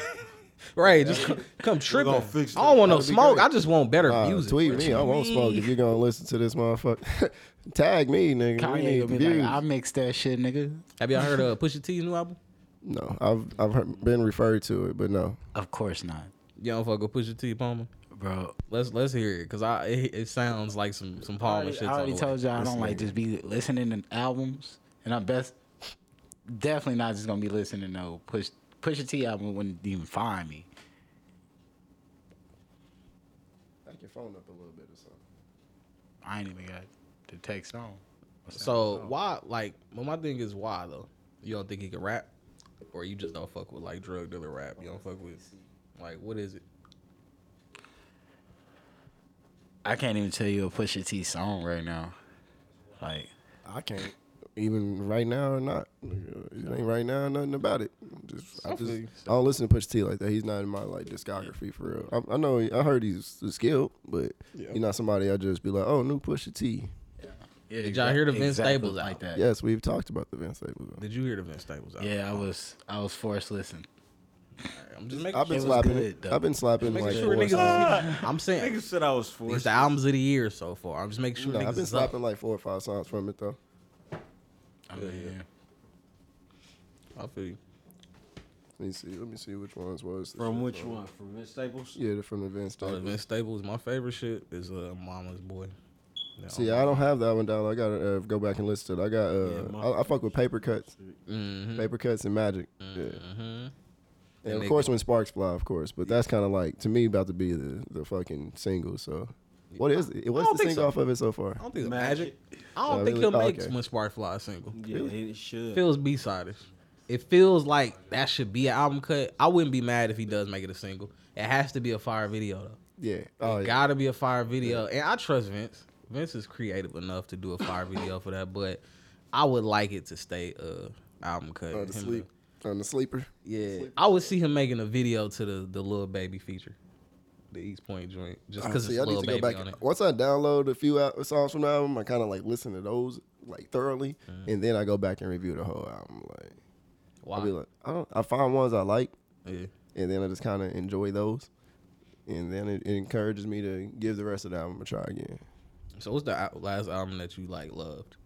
D: Right, just come, come tripping. I
G: gonna fix that.
D: don't want no
E: That'd be
D: smoke.
E: great.
D: I just want better
E: Nah,
D: music.
E: Uh, tweet
D: What
E: me.
D: you
E: I won't smoke if
D: mean?
E: you're gonna listen to this motherfucker. Tag me, nigga. we
F: Kanye
E: need
F: gonna be
E: views.
F: like, I mixed that shit, nigga.
D: Have y'all heard of Pusha T's new album?
E: no, I've I've heard, been referred to it, but no.
F: Of course not,
D: You don't fuck with Pusha T, Palmer.
F: bro.
D: Let's let's hear it, cause I it, it sounds like some some
F: I
D: Palmer
F: already,
D: shit.
F: I already told y'all I don't like just be listening to albums, and I'm best definitely not just gonna be listening to no push push a T album wouldn't even find me.
E: Back your phone up a little bit or something.
F: I ain't even got the text on. What's that
D: So
F: song?
D: why, like, well, my thing is why though? You don't think he can rap, or you just don't fuck with like drug dealer rap? You don't fuck with like what is it?
F: I can't even tell you a Pusha T song right now. Like
E: I can't even right now or not. It ain't right now. Nothing about it. Just I just I don't listen to Push T like that. He's not in my like discography for real. I, I know I heard he's skilled, but he's not somebody I just be like, oh, new Pusha T.
F: yeah,
D: Did y'all hear the Vince Staples album?
F: that?
E: Yes, we've talked about the Vince Staples.
D: Did you hear the Vince Staples album?
F: Yeah, I was I was forced listen.
D: I'm just making.
E: I've been
D: sure,
F: was
E: slapping
F: good,
E: it.
F: though.
E: I've been slapping
D: making
E: like
D: sure
E: four
D: niggas.
E: songs.
D: I'm saying
G: Niggas said I was
D: it's
G: forced.
D: the albums of the year so far. I'm just making sure
E: No,
D: niggas.
E: I've been
D: is up.
E: slapping like four or five songs from it though.
F: I mean,
D: I feel you.
E: Let me see. Let me see which ones was the
G: From
E: shit,
G: which
E: bro.
G: one? From Vince Staples?
E: Yeah, they're from the Vince
D: So
E: Staples.
D: Oh, Uh, Vince Staples, my favorite shit is uh, Mama's Boy. That
E: See, I don't have that one down. I gotta uh, go back and listen to it. I got. Uh,
G: my-
E: I, I fuck with paper cuts. Paper cuts and magic. Yeah. And, of
D: And Mm-hmm. they-
E: course, when sparks fly, of course, but that's kind of like to me about to be the, the fucking single. So, what is it? What's
D: don't
E: the
D: think
E: single
D: so.
E: off of it so far?
D: I don't think it's magic.
G: Magic.
D: I don't
E: Oh,
D: think
E: really?
D: he'll
E: Oh,
D: make
E: okay.
D: when Spark Fly a single.
G: Yeah, it should.
D: feels B sided. It feels like that should be an album cut. I wouldn't be mad if he does make it a single. It has to be a fire video though.
E: Yeah. Oh, yeah.
D: Gotta be a fire video. And I trust Vince. Vince is creative enough to do a fire video for that, but I would like it to stay uh album cut.
E: On
D: Him
E: the
D: to-
E: Oh, sleep. On the sleeper.
D: Yeah. I would see him making a video to the the little baby feature. The East Point joint. Just
E: Uh,
D: because
E: see,
D: it's
E: I need
D: little
E: to go
D: baby
E: back.
D: on it.
E: Once I download a few al- songs from the album, I kind of like listen to those like thoroughly,
D: Mm.
E: and then I go back and review the whole album. Like,
D: Why?
E: I'll be like, I don't. I find ones I like,
D: yeah.
E: and then I just kind of enjoy those, and then it, it encourages me to give the rest of the album a try again.
D: So what's the al- last album that you like loved?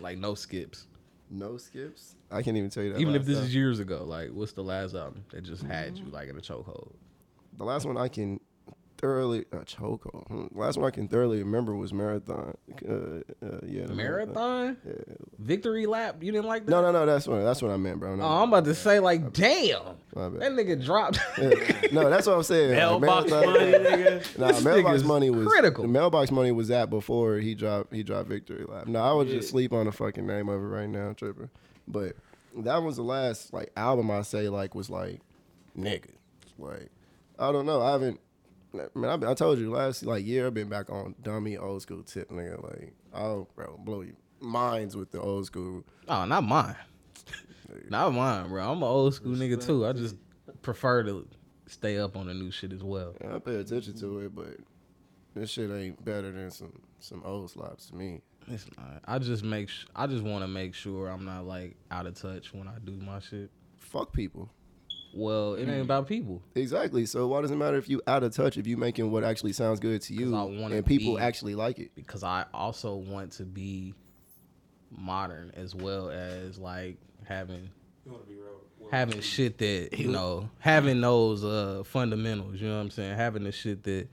D: Like no skips.
E: No skips. I can't even tell you that.
D: Even if
E: last
D: this
E: album. Mm-hmm.
D: is years ago, like what's the last album that just had you like in a chokehold?
E: Uh, the last one I can thoroughly uh, choco. The last one I can thoroughly remember was marathon. Uh, uh, yeah, the
D: Marathon, victory lap. You didn't like that?
E: No, no, no. That's what that's what I meant, bro. No,
D: Oh, I'm about to say like, damn,
E: My bad.
D: that nigga dropped.
E: no, that's what I'm saying. Like,
G: Mailbox
E: Marathon-
G: money, nigga.
E: Nah, mailbox money was
D: critical.
E: The mailbox money was at before he dropped he dropped victory lap. No, I was just sleep on the fucking name of it right now, tripping. But that was the last like album I say like was like nigga. Like I don't know. I haven't. Man, I, I told you last like year I've been back on dummy old school tip, nigga. Like oh bro, blow your minds with the old school.
D: oh, not mine. Not mine, bro. I'm an old school nigga too. I just prefer to stay up on the new shit as well.
E: I pay attention to it, but this shit ain't better than some some old slops to me.
D: It's not. I just make. Sh- I just want to make sure I'm not like out of touch when I do my shit.
E: Fuck people.
D: Well, it ain't about people.
E: Exactly. So why does it matter if you out of touch if you making what actually sounds good to you
D: I wanna
E: and people
D: be-
E: actually like it?
D: because I also want to be modern as well as like having having shit that you know having those uh fundamentals you know what i'm saying having the shit that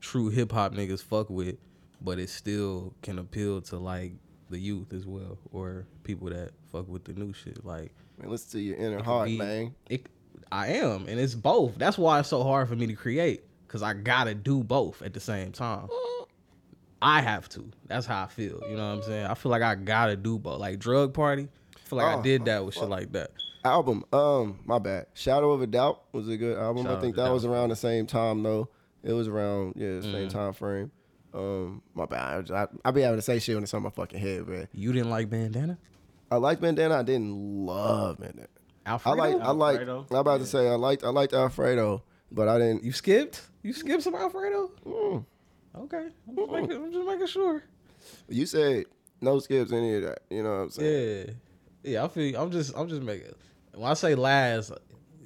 D: true hip-hop niggas fuck with but it still can appeal to like the youth as well, or people that fuck with the new shit. Like
E: Man, listen to your inner heart,
D: be-
E: man.
D: it, I am, and it's both. That's why it's so hard for me to create because I gotta do both at the same time. I have to. That's how I feel. You know what I'm saying? I feel like I gotta do both. Like drug party, I feel like
E: Oh,
D: I did that with shit like that.
E: Album, um, my bad. Shadow of a Doubt was a good album.
D: Shadow
E: I
D: of
E: think
D: a
E: that was
D: Doubt. Mm.
E: around the same time though. It was around yeah, the same time frame. Um, my bad. I, I, I be having to say shit when it's on my fucking head, man.
D: You didn't like bandana?
E: I liked Bandana. I didn't love Bandana. I
D: Alfredo?
E: like. I like. I'm
G: Alfredo?
E: about to say I liked. I liked Alfredo, but I didn't.
D: You skipped? You skipped some Alfredo?
E: Mm.
D: Okay. I'm just, making, I'm just making sure.
E: You said no skips any of that. You know what I'm saying?
D: Yeah. Yeah, I feel you. I'm just I'm just making when I say last,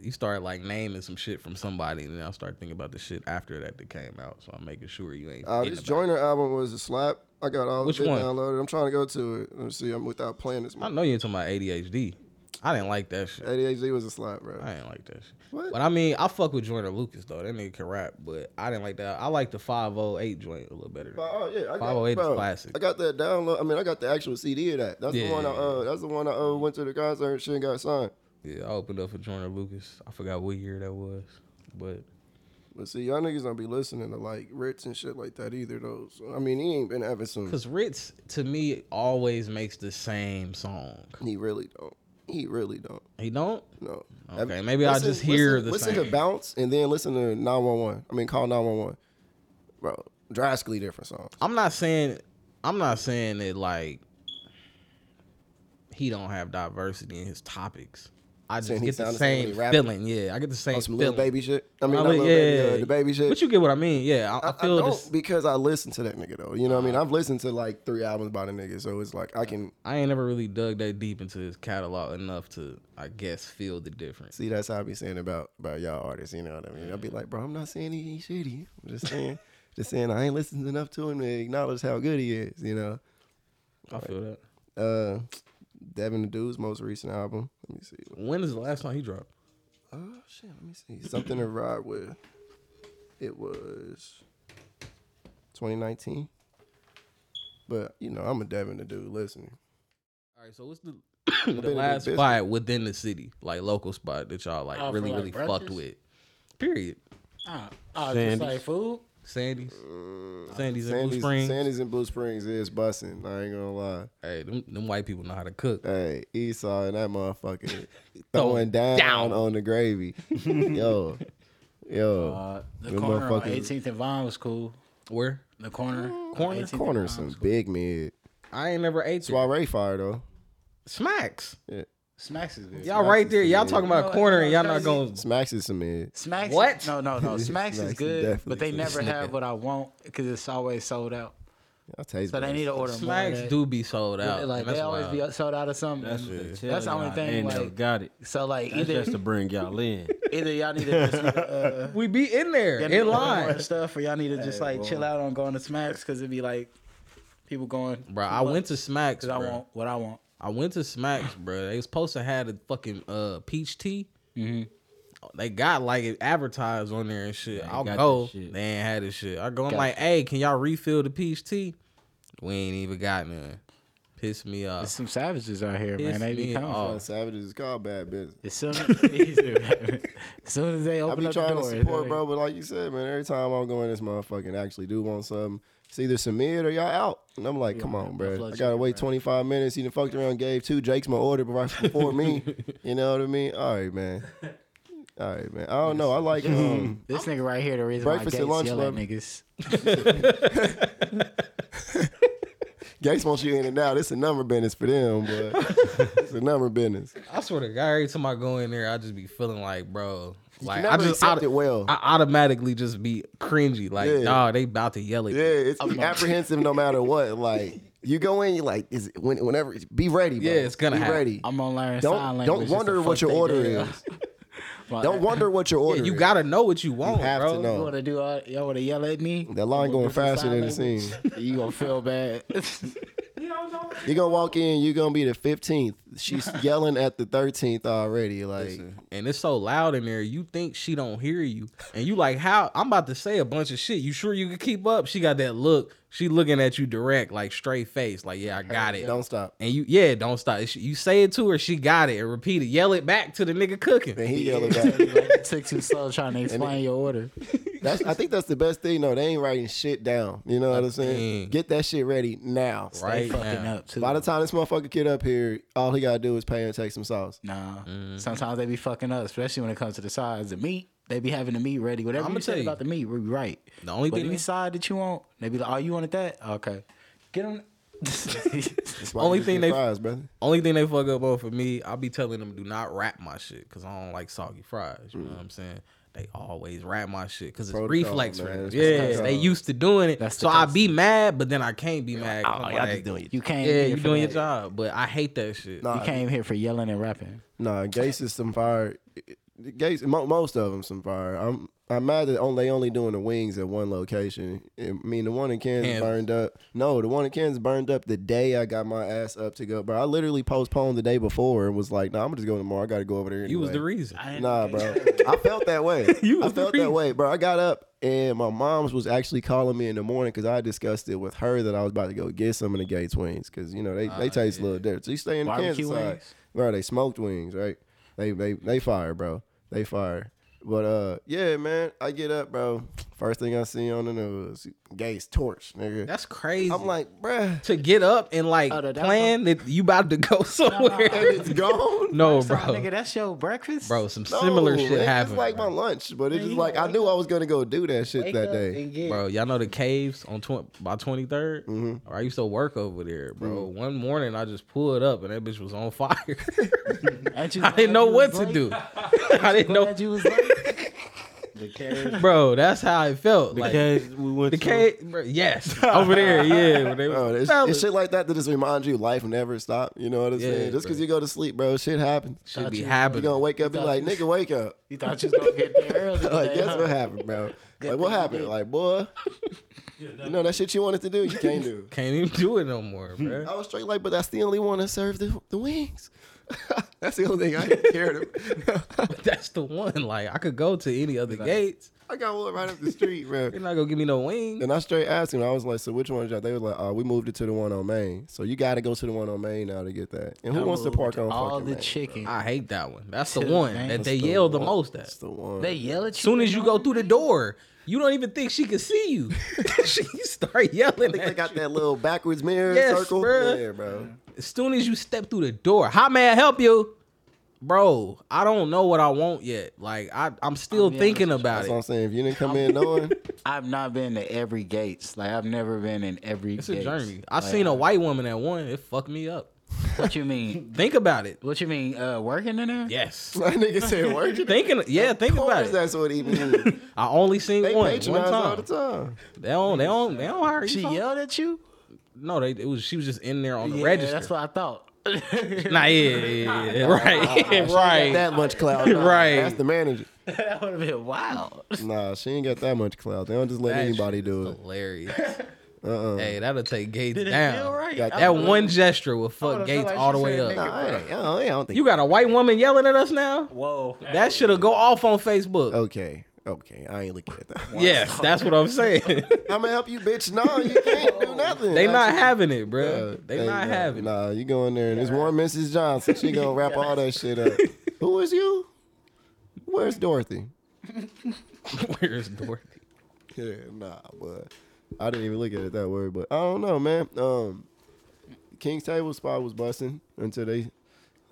D: you start like naming some shit from somebody and then I start thinking about the shit after that that came out. So I'm making sure you ain't
E: Uh,
D: forgetting
E: this
D: about
E: Joiner album was a slap. I got all
D: Which
E: of it
D: one?
E: downloaded. I'm trying to go to it. Let me see. I'm without playing this.
D: it. I know you're talking about ADHD. I didn't like that shit.
E: ADHD was a slap, bro.
D: I ain't like that shit.
E: What?
D: But I mean, I fuck with Joyner Lucas though. That nigga can rap, but I didn't like that. I like the 508 joint a little better.
E: But, oh yeah, I got,
D: 508 is
E: bro,
D: classic.
E: I got that download. I mean, I got the actual CD of that. That's the
D: Yeah.
E: one. I, uh, that's the one I uh, went to the concert and shit and got signed.
D: Yeah, I opened up for Joyner Lucas. I forgot what year that was, but
E: But see, y'all niggas don't be listening to like Ritz and shit like that either. Though, so, I mean, he ain't been having some.
D: Because Ritz, to me, always makes the same song.
E: He really don't. He really don't.
D: He don't?
E: No.
D: Okay, maybe I just hear
E: listen,
D: the
E: listen
D: same.
E: to bounce and then listen to nine one one. I mean, call nine one one, bro. Drastically different songs.
D: I'm not saying I'm not saying that like he don't have diversity in his topics. I just
E: Saying he
D: get the
E: sound the same
D: same
E: when he rapping?
D: feeling. Yeah, I get the same
E: On some little
D: feeling.
E: baby shit. I mean,
D: I
E: not
D: mean,
E: Lil
D: yeah,
E: baby, uh, the baby shit.
D: But you get what I mean. Yeah, I, I
E: I, I
D: feel
E: don't
D: this.
E: because I listen to that nigga though. You know what I mean? I've listened to like three albums by the nigga, so it's like I can
D: I ain't never really dug that deep into his catalog enough to, I guess, feel the difference.
E: see that's how I be saying about about y'all artists. You know what I mean? I'll be like, bro, I'm not saying he ain't shitty. I'm just saying, just saying I ain't listening enough to him to acknowledge how good he is. You know,
D: I feel that.
E: uh, Devin the Dude's most recent album. Let me see.
D: When is the last time he dropped?
E: Oh shit, let me see. Something to ride with. It was 2019. But you know, I'm a Devin the dude listening.
D: All right, so what's the
E: been
D: the
E: a
D: last
E: good
D: spot within the city, like local spot that y'all like
F: Oh, for,
D: really
F: like,
D: really fucked
F: brunches?
D: with? Period.
F: Ah, ah, just
G: Sandy's.
F: like food.
D: Sandy's,
E: Uh,
D: Sandy's in Blue
E: Sandy's,
D: Springs.
E: Sandy's in Blue Springs is bussing. I ain't gonna lie.
D: Hey, them, them white people know how to cook.
E: Hey, Esau and that motherfucker throwing down, on the gravy. yo, yo,
F: Uh, the
E: Them
F: corner on
E: motherfuckers- Mm,
F: 18th and Vine was cool.
D: Where?
F: The corner. uh,
E: corner, corner, some big mid.
D: I ain't never ate there.
E: Soiree fire though.
D: Smacks.
F: Smacks is good.
D: Y'all right there. Y'all
E: good.
D: talking about
F: No,
D: corner
F: no,
D: and y'all
F: no,
D: not
F: you-
D: going.
E: Smacks is some mid.
F: Smacks.
D: What?
F: No, no, no. Smacks,
E: Smacks
F: is
E: is
F: good,
E: definitely
F: but they
E: good.
F: never have
D: Snippet.
F: what I want because it's always sold out.
E: I taste.
F: So they need to order
D: Smacks
F: more. of that.
D: do be sold out.
F: Like
D: and that's
F: they always
D: wild.
F: be sold out of something.
G: That's,
F: That's,
G: what they tell
F: the only
G: y'all. They
F: thing.
G: ain't never
F: Like,
G: got it.
F: so like
G: That's
F: either
G: just to bring y'all in.
F: either y'all need to just need to, uh,
D: We be in there
F: y'all need to
D: in
F: order more
D: line.
F: stuff, or y'all need to just like chill out on going to Smacks because it'd be like people going.
D: Bro, I went to Smacks.
F: because I
D: Bro.
F: want what I want.
D: I went to Smacks, bro. They was supposed to have the fucking uh, peach tea.
F: Mm-hmm.
D: They got like it advertised on there and shit. I'll
G: got
D: go.
G: that shit.
D: They ain't had this shit. I go. I'm like, hey, can y'all refill the peach tea? We ain't even got none. Piss me
F: There's
D: off.
F: some savages out here,
D: Piss
F: man. They be
D: me
F: coming.
D: off.
F: for
E: Uh,
F: us.
E: Savages is called bad business.
F: As soon as, as soon as they
E: I
F: open
E: be
F: up the
E: trying
F: door,
E: to
F: it's
E: support,
F: like-
E: bro, but like you said, man, every time I'm going, this motherfucking actually do want something. It's either Samir or y'all out. And I'm like, come on, bro.
F: Buffalo
E: I gotta
F: chicken,
E: wait 25 minutes. You done fucked around, gave two. Jake's my order right before me. You know what I mean? All right, man. All right, man. I don't know. I like um,
F: This nigga right here, the reason
E: Breakfast
F: why
E: and
F: Gates
E: lunch
F: yell at
E: love.
F: niggas.
E: Gates wants you in and out. It's a number business for them, but it's a number business.
D: I swear to God, every time I go in there, I just be feeling like, bro, like
E: never
D: I just
E: accept
D: auto-
E: it well.
D: I automatically just be cringy, like,
E: Yeah.
D: nah, they about to yell at
E: Yeah,
D: me.
E: it's be apprehensive no matter what. Like you go in, you like is it, when, whenever be ready, bro.
D: Yeah, it's gonna
E: be
D: happen.
E: ready.
F: I'm on learning sign
E: Don't
F: language.
E: don't
F: It's the
E: wonder
F: fuck
E: what your
F: they
E: order
F: do.
E: is.
F: My-
E: Don't wonder what your
D: Yeah,
E: order.
D: you
E: is.
D: gotta know what you want,
E: have to
D: bro.
E: know.
F: You want to do all? Y'all want to yell at me?
E: That line going
F: This is
E: faster
F: sign
E: than it
F: language.
E: seems.
F: You gonna feel bad.
E: You're gonna walk in, you're gonna be the 15th. she's yelling at the 13th already. Like,
D: and it's so loud in there, you think she don't hear you, and you like, how? I'm about to say a bunch of shit. You sure you can keep up? She got that look. She looking at you direct, like straight face, like yeah, I got it.
E: don't stop.
D: And you, yeah, don't stop. She- You say it to her, she got it, and repeat it. Yell it back to the nigga
E: And
D: cooking.
E: he yelling back.
F: It took too slow trying to explain your order.
E: That's, I think that's the best thing. though. they ain't writing shit down. You know what I'm saying?
D: Mm.
E: Get that shit ready now.
D: Right
F: Fucking
D: now,
F: up too.
E: By the time this motherfucker get up here, all he gotta do is pay and take some sauce.
F: Nah.
D: Mm-hmm.
F: Sometimes they be fucking up, especially when it comes to the size of meat. They be having the meat ready. Whatever
D: I'ma
F: you said
D: tell you.
F: about the meat, we be right.
D: The only
F: but
D: thing
F: any
D: they-
F: side that you want, they be like, "Oh, you wanted that? Okay, get them."
D: Oh,
E: That's why
D: Only
E: you
D: thing
E: get
D: they-
E: fries, brother.
D: only thing they fuck up on for me, I'll be telling them do not wrap my shit because I don't like soggy fries. You know what I'm saying? They always wrap my shit because it's
E: Mm. Protocol,
D: reflex for
E: man.
D: them.
E: It's
D: Yeah,
E: protocol.
D: they used to doing it,
F: That's the
D: so I be mad, but then I can't be mad. 'cause I'm like, "Oh,
F: you came.
D: Yeah,
F: here
D: you
F: for
D: doing your
F: that.
D: job, but I hate that shit.
E: Nah,
F: You came here for yelling and rapping.
E: nah. Gates is some fire. Gates, mo- most of them some fire. I'm I'm mad that only they only doing the wings at one location. I mean, the one in Kansas
D: Kansas.
E: burned up. No, the one in Kansas burned up the day I got my ass up to go. Bro, I literally postponed the day before and was like, "Nah, I'm gonna just go tomorrow. I gotta go over there." Anyway.
D: you was the reason.
E: Nah, bro. I felt that way.
D: You
E: I
D: was the
E: felt that
D: reason.
E: way, bro. I got up and my mom's was actually calling me in the morning because I discussed it with her that I was about to go get some of the Gates wings because you know they, they taste a little different. So you stay in the
F: Ah, Barbecue
E: Kansas side,
F: wings?
E: bro. They smoked wings, right? They they they fire, bro. They fire. But uh, yeah, man. I get up, bro. First thing I see on the news, Gates torch, nigga.
D: That's crazy.
E: I'm like, bruh,
D: to get up and like
F: Oh, no, that
D: plan that you about to go somewhere.
E: it's gone.
D: No,
F: Stop,
D: bro,
F: nigga, that's your breakfast,
D: bro, some
E: No,
D: similar
E: nigga,
D: shit
E: It's
D: happened.
E: like my
D: bro.
E: lunch, but it's just
F: you
E: like I
F: wake
E: knew I was gonna go do that shit
F: Wake
E: that
F: up
E: day.
F: and get-
D: Bro, y'all know the caves on tw- by 23rd? Or I used to work over there, bro. One morning I just pulled up and that bitch was on fire.
F: Aren't you
D: I
F: glad
D: didn't know
F: you
D: what
F: was
D: to
F: late?
D: do. I didn't know,
F: Glad you was late. the carriage.
D: bro. That's how it felt.
G: The
D: like
G: cage we went
D: the
G: to.
D: cave, bro, yes, over there, yeah. when they
E: Bro,
D: was-
E: it's,
D: fellas,
E: it's Oh, shit like that that just reminds you life never stop. You know what I'm
D: Yeah,
E: saying? Just because
D: bro.
E: you go to sleep, bro, shit happens.
D: should be
F: you-
E: You
D: happening.
E: gonna wake up and be
F: thought
E: like,
F: you-
E: nigga, wake up.
F: You thought you was gonna get there early.
E: Like,
F: today,
E: guess
F: huh?
E: what happened, bro? Like, what happened? Like, boy, you know that shit you wanted to do, you can't do.
D: Can't even do it no more, bro.
E: I was straight like, but that's the only one that served the, the wings. that's the only thing I cared about.
D: That's the one. Like I could go to any other gates.
E: I got one right up the street, bro.
D: They're not gonna give me no wing.
E: And I straight asked him, I was like, so which one is y'all? They was like, oh, we moved it to the one on Main. So you got to go to the one on Main now to get that. And who wants to park on
F: all
E: fucking
F: the
E: Main?
F: chicken?
D: I hate that one. That's the
F: Till
D: one
F: the
D: that
F: bank.
D: they
E: That's the
D: yell the
E: one.
D: most at.
E: That's the one.
F: They yell at you.
D: As soon as
F: they
D: you go
F: know
D: through the door, you don't even think she can see you. she start
E: I
D: yelling
E: think they
D: at
E: got
D: you.
E: that little backwards mirror
D: Yes,
E: circle.
D: bruh.
E: Yeah, bro.
D: As soon as you step through the door, how may I help you? Bro, I don't know what I want yet. Like I, I'm still
F: be
D: thinking about
E: That's what I'm
D: it.
E: saying. If you didn't come in knowing,
F: I've not been to every gates. Like I've never been in every.
D: It's a
F: Gates.
D: journey. I
F: Like,
D: seen a white woman at one. It fucked me up.
F: What you mean?
D: Think about it.
F: What you mean? Uh, working in there?
D: Yes.
E: my nigga said, work it.
D: Thinking. Yeah. Think
E: Of
D: about
E: course,
D: it.
E: that's what he means.
D: I only seen
E: They
D: one. One
E: patronize all the
D: time.
E: time.
D: They don't. They don't. They don't hire you.
F: She
D: for-
F: yelled at you.
D: No, they. It was. She was just in there on the
F: Yeah,
D: register.
F: That's what I thought.
D: Nah, yeah, yeah, yeah, yeah. right, right.
E: That much clout. nah.
D: Right.
E: That's the manager.
F: that would have been wild.
E: Nah, she ain't got that much clout. They don't just let
D: That
E: anybody
D: shit
E: do
D: is
E: it.
D: Hilarious.
E: Uh-uh.
D: Hey, that'll take Gates
F: Did it
D: down.
F: feel right?
E: Got
F: I
D: That
F: would've-
D: one gesture will fuck
F: would've felt
D: Gates
F: like
D: all
F: she
D: the way
F: said,
D: up.
E: Nah, I, ain't, I don't- I don't think.
D: You got a white woman yelling at us now?
F: Whoa.
D: That should have go off on Facebook.
E: Okay. Okay. I ain't looking at that.
D: yes, that's what I'm saying.
E: I'm gonna help you, bitch. No, you can't do nothing.
D: they
E: Like,
D: not having it, bro.
E: uh,
D: they not
E: nah,
D: having it.
E: Nah, you go in there and it's one Mrs. Johnson. She gonna wrap all that shit up. Who is you? Where's Dorothy?
D: Where's Dorothy?
E: Yeah, nah, but I didn't even look at it that way. But I don't know, man. Um, King's table spot was busting until they.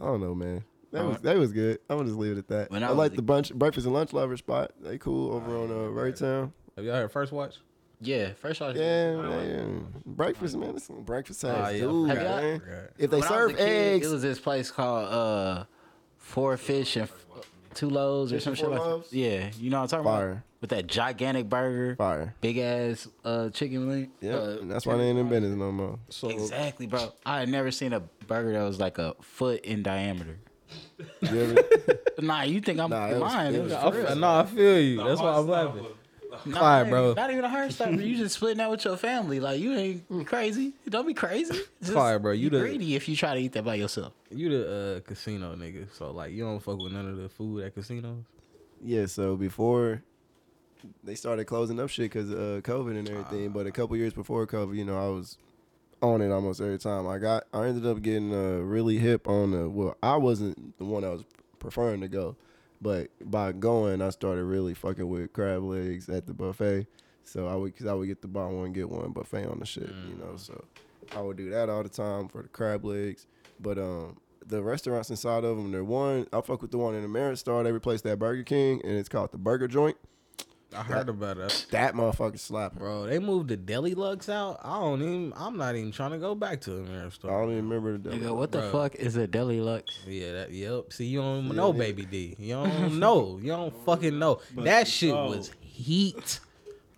E: I don't know, man. That was that was good. I'm gonna just leave it at that.
F: Uh, When
E: I,
F: I was
E: like
F: a-
E: the brunch, breakfast and lunch lover spot. They cool over on uh, Raytown.
D: Have y'all heard First Watch?
F: Yeah. Oh, First off,
E: Yeah, man. Breakfast, man. It's some breakfast ass
D: yeah, I
E: dude,
D: forgot.
E: man.
D: Forgot.
E: If they
F: When I was
E: serve
F: a kid,
E: eggs,
F: It was this place called uh, Four Fish and F- Two Loaves or
E: Fish
F: some
E: and
F: shit
E: Four
F: like that.
E: Loaves?
F: Yeah, you know what I'm talking about.
E: Fire.
F: With that gigantic burger,
E: fire.
F: big ass uh, chicken wing.
E: Yeah,
F: uh,
E: and that's why they ain't in business no more. So
F: exactly, bro. I had never seen a burger that was like a foot in diameter.
E: you ever-
F: Nah, you think I'm
E: Nah, it was-
F: lying?
E: it
F: It
E: was
F: was
E: for
D: I
F: real.
D: f- no, I feel you. That's why I'm laughing.
F: Nah,
D: Clyde,
F: nigga,
D: bro.
F: Not even a heartstopper. you just splitting that with your family. Like you ain't crazy. Don't be crazy. Just
D: Clyde, Mm. bro, you
F: be
D: the-
F: greedy if you try to eat that by yourself.
D: You the uh, casino nigga, so like you don't fuck with none of the food at casinos.
E: Yeah, so before they started closing up shit because of COVID and everything, but a couple years before COVID, you know, I was on it almost every time. I got, I ended up getting uh, really hip on the. Well, I wasn't the one that was preferring to go, but by going, I started really fucking with crab legs at the buffet. So I would, cause I would get the buy one get one buffet on the shit, you know. So I would do that all the time for the crab legs, but um. The restaurants inside of them, they're one. I fuck with the one in Ameristar. They replaced that Burger King, and it's called the Burger Joint.
D: I heard about it,
E: That motherfucker slap.
D: bro. They moved the deli lux out. I don't even. I'm not even trying to go back to American
E: I
D: store.
E: don't even remember the
F: Nigga, what the
D: Bro.
F: fuck is a deli lux?
D: Yeah, that, yep. See, you don't know,
E: yeah.
D: baby D. You don't know. You don't fucking
F: uh,
D: know. that shit
F: oh.
D: was heat.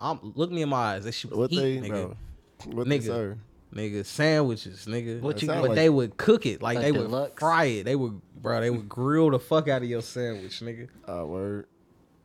D: I'm look me in my eyes. That shit was
E: What
D: heat,
E: they,
D: nigga.
E: bro? What
D: Nigga.
E: they serve?
D: Nigga, sandwiches, nigga.
F: What you
E: sound
D: but
E: like-
D: they would cook it like,
F: like
D: they would
F: deluxe?
D: fry it. They would, bro. They would grill the fuck out of your sandwich, nigga.
E: Uh, word.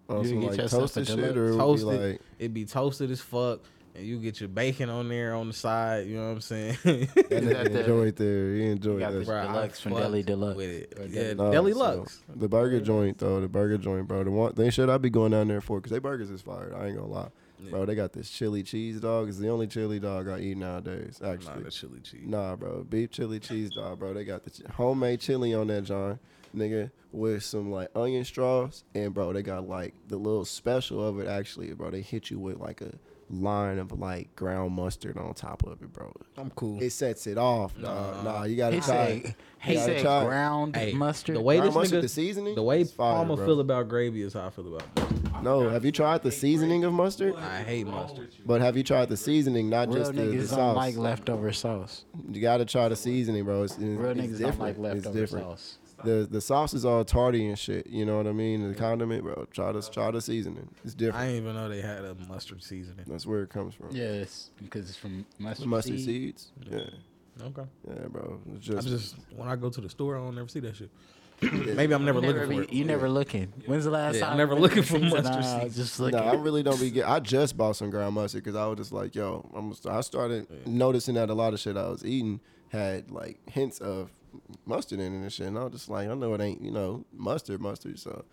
E: On
F: You
E: some
F: get
E: like
F: yourself a
E: toasted shit,
F: deluxe.
E: or it would be
D: Toasted,
E: like
D: it'd be toasted as fuck, and you get your bacon on there on the side. You know what I'm saying?
E: that
F: got
E: nigga
F: the-
E: enjoyed there. He enjoyed
F: got
E: that.
F: the
E: shit.
D: Bruh, I
F: Deluxe from
D: fucked
F: Deli Deluxe.
D: with it.
F: Or
D: Yeah,
F: Deli-
E: No,
D: Deli
E: so,
D: Lux.
E: the burger joint though, the burger joint, bro. The one they should I be going down there for because they burgers is fired. I ain't gonna lie, bro. They got this chili cheese dog. It's the only chili dog I eat nowadays.
D: Nah,
E: Actually,
D: the chili cheese.
E: Nah, bro. Beef chili cheese dog, bro. They got the ch- homemade chili on that, John. Nigga, with some like onion straws. And, bro, they got like the little special of it, actually, bro. They hit you with like a line of like ground mustard on top of it, bro.
D: I'm cool.
E: It sets it off, nah. Nah, you gotta
F: He
E: try
F: said,
E: it.
F: he
E: You gotta
F: said
E: try it.
F: ground
D: Hey,
F: mustard.
D: The way
E: Ground
D: this
E: mustard,
D: nigga,
E: the seasoning,
D: the way
E: it's fire,
D: Palmer
E: bro.
D: feel about gravy is how I feel about. Mustard.
E: No, have you tried the seasoning of mustard?
D: I hate mustard.
E: But have you tried the seasoning, not
F: Real
E: just the, the
F: niggas don't
E: sauce?
F: like leftover sauce.
E: you gotta try the seasoning, bro. It's, it's,
F: Real
E: it's
F: niggas
E: different.
F: don't like
E: it's
F: leftover
E: different.
F: sauce.
E: The the sauce is all tarty and shit. You know what I mean? The condiment, bro. Try to try the seasoning. It's
D: I
E: different.
D: didn't even know they had a mustard seasoning.
E: That's where it comes from.
F: Yes, because it's from mustard,
E: Mustard
F: seed.
E: seeds. Yeah.
D: Okay.
E: Yeah, bro. It's
D: I'm
E: just,
D: just when I go to the store, I don't never see that shit. Maybe I'm never
F: You
D: looking
F: never,
D: for it.
F: be- you never looking. When's the last
D: Yeah,
F: time?
D: I'm never
F: you
D: looking
F: been
D: for
F: seasoned?
D: mustard
F: Nah,
D: seeds.
F: Just
E: no,
F: looking.
E: I really don't be get. I just bought some ground mustard because I was just like, yo, I'm. I started noticing that a lot of shit I was eating had like hints of mustard in it and shit. And I was just like, I know it ain't you know mustard, mustard. So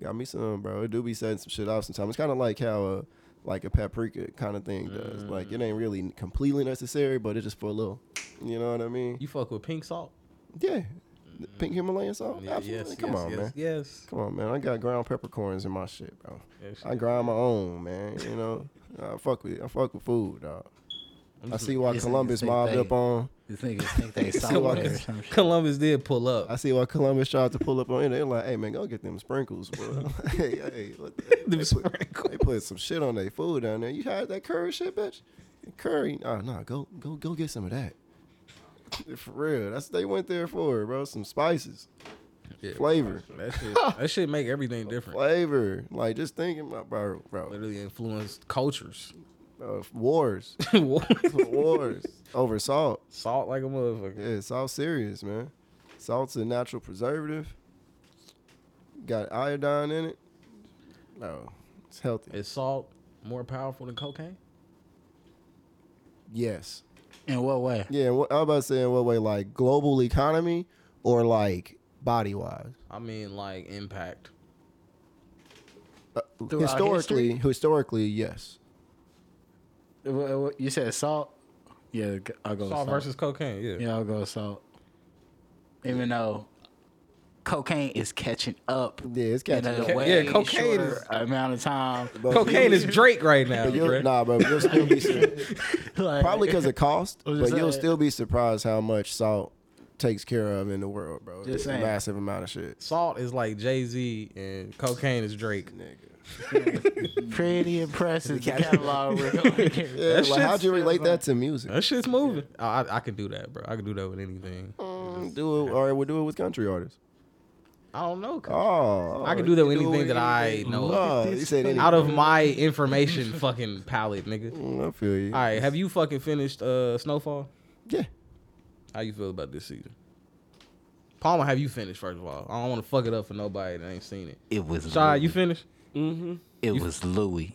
E: got me some, bro. It do be setting some shit off sometimes. It's kind of like how uh like a paprika kind of thing does. Like it ain't
D: Mm.
E: really completely necessary, but it's just for a little. You know what I mean?
D: You fuck with pink salt?
E: Yeah. The Pink Himalayan salt?
D: Yeah,
E: Absolutely.
D: yes.
E: Come
D: yes,
E: on,
D: yes,
E: man.
D: Yes.
E: Come on, man. I got ground peppercorns in my shit, bro.
D: Yes, you
E: I grind my own, man. You know, I fuck with I fuck with food, dog. I see why
F: This nigga
E: Columbus
F: say
E: mobbed
F: they-
E: up on.
F: These niggas think they
E: walking-
F: solid or some shit.
D: Columbus did pull up.
E: I see why Columbus tried to pull up on it. They're like, "Hey, man, go get them sprinkles, bro." hey, hey, what the,
D: Them
E: they,
D: sprinkles.
E: Put, they put some shit on their food down there. You had that curry shit, bitch. Curry? Nah, nah. Go, go, go get some of that. For real, that's what they went there for, bro. Some spices,
D: Yeah.
E: flavor,
D: That shit, that shit make everything different.
E: flavor. Like just thinking about, bro, bro,
D: Literally influenced cultures.
E: uh, wars, wars over salt.
D: Salt like a motherfucker.
E: Yeah, salt serious, man. Salt's a natural preservative. Got iodine in it. No, it's healthy.
D: Is salt more powerful than cocaine?
E: Yes.
F: In what way?
E: Yeah, what, I was about to say in what way, like global economy or like body wise.
D: I mean, like impact.
F: Throughout
E: Uh, historically, historically, yes.
F: Wha- wha- You said salt. Yeah, g- I'll go
D: Salt, versus cocaine. Yeah.
F: Yeah, I'll go salt. Even though cocaine is catching up.
E: Yeah, it's catching
F: in a
E: up.
F: way
D: Yeah, cocaine
F: shorter
D: is-
F: amount of time.
E: But
D: Cocaine
E: you'll-
D: is Drake right now,
E: but you'll-
D: bruh.
E: Nah, bro, you'll still be sur-
F: Like,
E: probably because of cost,
F: I was
E: but
F: just
E: you'll
F: saying.
E: still be surprised how much salt takes care of in the world, bro.
F: Just
E: It's a
F: saying.
E: massive amount of shit.
D: Salt is like Jay Z and cocaine is Drake.
E: Nigga.
F: pretty impressive the catalog we're going here.
E: Yeah, like,
D: shit's-
E: how'd you relate that to music?
D: That shit's moving. I, I- I can do that, bro. I can do that with anything.
E: Mm, do it, or we'll do it with country artists.
D: I don't know. cuz.
E: Oh,
D: I can do that with anything that I know. of.
E: No, you said anything.
D: Out of my information fucking palette, nigga.
E: Mm, I feel you.
D: All right, have you fucking finished uh, Snowfall?
E: Yeah,
D: How you feel about this season? Palmer, have you finished first of all? I don't want to fuck it up for nobody that ain't seen it.
F: It was
D: Shy,
F: Louis.
D: you finished?
F: it was Louis.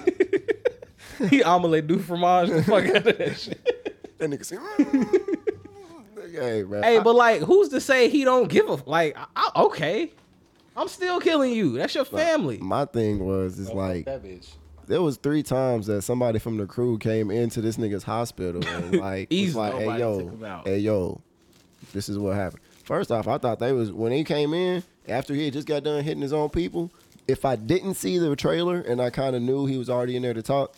D: he omelet do fromage the fuck out of that shit.
E: That nigga say, hey man,
D: Hey, but like, who's to say he don't give a f- like? I, I- okay, I'm still killing you. That's your family.
E: my thing was is like
F: that bitch.
E: there was three times that somebody from the crew came into this nigga's hospital and like was
D: Easy.
E: like, hey
F: Nobody took him
E: yo,
F: out.
E: hey yo, this is what happened. First off, I thought they was when he came in after he had just got done hitting his own people. If I didn't see the trailer and I kind of knew he was already in there to talk,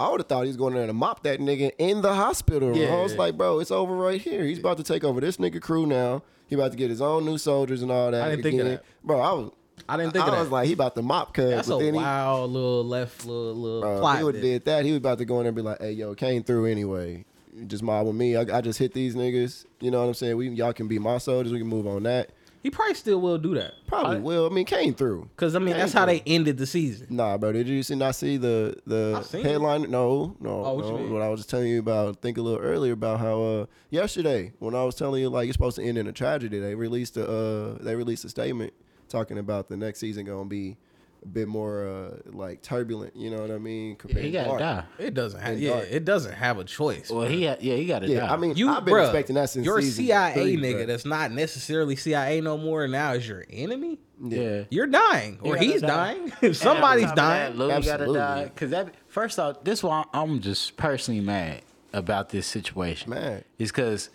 E: I would have thought he was going in there to mop that nigga in the hospital. room. I was like, bro, it's over right here. He's about to take over this nigga crew now. He about to get his own new soldiers and all that.
D: I didn't think of that.
E: bro. I was.
D: I didn't think
E: I
D: of that.
E: was like, he about to mop cuz.
D: That's
E: but
D: a
E: then he-
D: wild little left little little
E: Bro, if
D: plot.
E: he would
D: there.
E: have Uh, did that. He was about to go in there and be like, "Hey, yo, came through anyway. Just mob with me. I, I just hit these niggas. You know what I'm saying? We y'all can be my soldiers. We can move on that.
D: He probably still will do that.
E: Probably will. I mean, came through.
D: Cause I mean that's how they ended the season.
E: Nah, bro. Did you see? Not see the the
D: I've seen it.
E: headline? No, no.
D: Oh, what you
E: no.
D: mean?
E: What I was just telling you about. I Think a little earlier about how uh yesterday when I was telling you like you're supposed to end in a tragedy. They released a uh they released a statement talking about the next season gonna be a bit more uh like turbulent. You know what I mean? Compared
F: He gotta
E: Dark.
F: die.
D: It doesn't have
E: And
D: yeah,
E: dark.
D: it doesn't have a choice.
F: Well, he had, yeah, he gotta
E: Yeah,
F: die.
E: I mean,
D: You,
E: I've been
D: bruh,
E: expecting that since
D: your
E: season
D: CIA
E: three,
D: nigga
E: bruh.
D: that's not necessarily CIA no more now is your enemy.
F: yeah.
D: You're dying, or
F: gotta
D: he's
F: die.
D: dying. Somebody's
F: And on top of that,
D: dying.
F: Lil
E: Absolutely.
F: gotta die. Cause that first off, this why I'm just personally mad about this situation.
E: Mad.
F: is because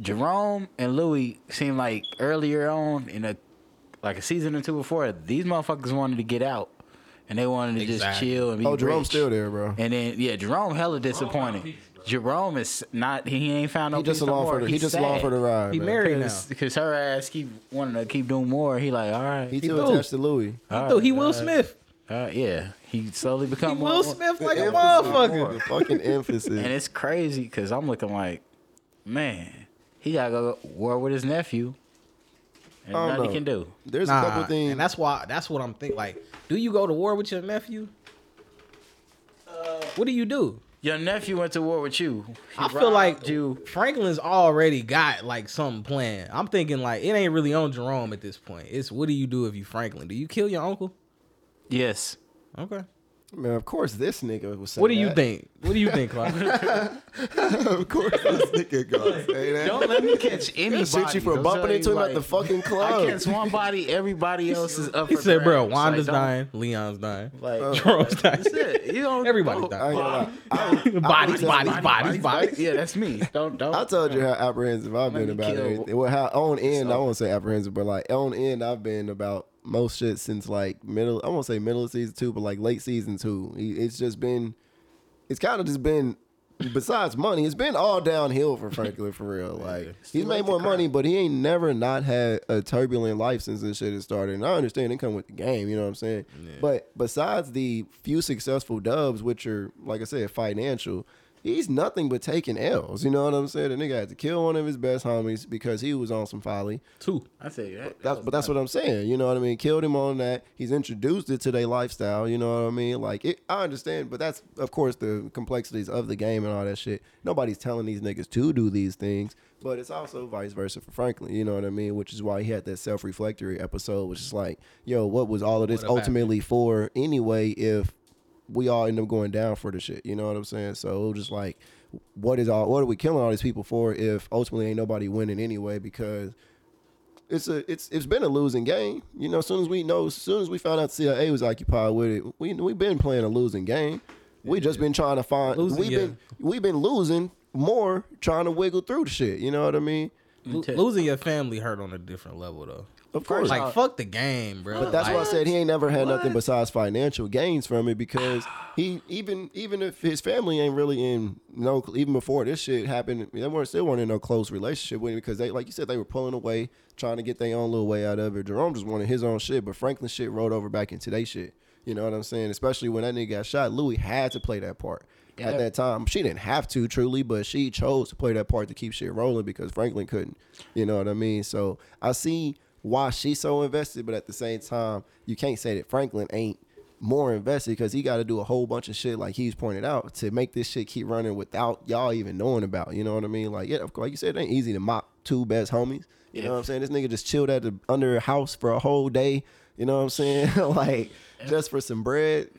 F: Jerome and Louis seemed like earlier on in a like a season or two before these motherfuckers wanted to get out and they wanted to just
D: Exactly.
F: chill and be
E: Oh, Jerome's
F: rich.
E: still there, bro.
F: And then yeah, Jerome hella disappointed. Jerome is not. He ain't found no.
E: He just
F: peace no
E: along
F: more.
E: for the he
F: He's
E: just
F: sad.
E: along for the ride.
D: He
E: man.
D: married now.
F: Because her ass keep wanting to keep doing more. He like, all right,
E: He
F: he,
E: still
D: do.
E: attached to Louis.
D: Dude, he Will Smith.
F: Uh, yeah. He slowly become
D: He
F: more-
D: Will
F: more-
D: Smith like a
E: Emphasis,
D: motherfucker.
E: The fucking
F: And
E: emphasis.
F: it's crazy because I'm looking like, man, he gotta go to war with his nephew, and
D: Oh,
E: I don't
F: nothing he
E: know.
F: can do.
E: There's a couple
D: Nah,
E: things.
D: and that's why that's what I'm thinking. Like, do you go to war with your nephew? what do you do?
F: Your nephew went to war with you. He
D: I feel like
F: robbed you.
D: Franklin's already got like something planned. I'm thinking like it ain't really on Jerome at this point. It's what do you do if you Franklin? Do you kill your uncle?
F: Yes.
D: Okay.
E: man, of course, this nigga was.
D: What do you think? What do you think, Clark?
E: of course, this nigga gonna say that.
F: Don't let me catch anybody.
E: He'll shoot you for
F: I'm
E: bumping
F: telling
E: into him
F: you,
E: at the
F: like,
E: fucking
F: I
E: club.
F: catch one body. Everybody else is up.
D: Oh. he
F: for
D: said, "Bro,
F: grabs.
D: Wanda's
F: Like,
D: dying, Leon's dying,
F: don't- Like,
D: Jerome's dying,
F: that's it. You don't.
D: everybody's
F: don't-
E: I ain't
D: dying.
E: gonna lie.
D: Bodies,
E: tell
D: bodies,
E: you-
D: bodies, bodies."
F: Yeah, that's me. Don't don't.
E: I told you how apprehensive I've
F: Let
E: been
F: me
E: about
F: kill-
E: everything. Well, how on end, I won't say apprehensive, but like on end, I've been about most shit since like middle, I won't say middle of season two, but like late season two. It- It's just been, it's kind of just been, besides money, it's been all downhill for Franklin for real. Like, he's made more money, but he ain't never not had a turbulent life since this shit has started. And I understand it come with the game, you know what I'm saying? But besides the few successful dubs, which are, like I said, financial, he's nothing but taking L's. You know what I'm saying? The nigga had to kill one of his best homies because he was on some folly.
D: Two.
F: I tell you that.
E: That's, but that's what I'm saying. You know what I mean? Killed him on that. He's introduced it to their lifestyle. You know what I mean? Like, it, I understand, but that's, of course, the complexities of the game and all that shit. Nobody's telling these niggas to do these things, but it's also vice versa for Franklin. You know what I mean? Which is why he had that self reflectory episode, which is like, yo, what was all of this ultimately for anyway if we all end up going down for the shit. You know what I'm saying? So it was just like, what is all, what are we killing all these people for if ultimately ain't nobody winning anyway because it's a it's it's been a losing game. You know, as soon as we know, as soon as we found out CIA was occupied with it, we we been playing a losing game. We just been trying to find.
D: Losing,
E: we've been we've been losing more trying to wiggle through the shit. You know what I mean?
D: Lo- Losing your family hurt on a different level though.
E: Of course.
D: Like fuck the game, bro.
E: but that's why I
D: Like,
E: said he ain't never had nothing besides financial gains from it because he even even if his family ain't really in no even before this shit happened they weren't still weren't in no close relationship with him because they like you said they were pulling away trying to get their own little way out of it. Jerome just wanted his own shit, but Franklin shit rolled over back into their shit. You know what I'm saying? Especially when that nigga got shot, Louis had to play that part. At that time, she didn't have to truly, but she chose to play that part to keep shit rolling because Franklin couldn't. You know what I mean? So I see why she's so invested, but at the same time, you can't say that Franklin ain't more invested because he got to do a whole bunch of shit, like he's pointed out, to make this shit keep running without y'all even knowing about. You know what I mean? Like, yeah, of course, like you said, it ain't easy to mop two best homies. You know what I'm saying? This nigga just chilled at the under a house for a whole day. You know what I'm saying? like, just for some bread.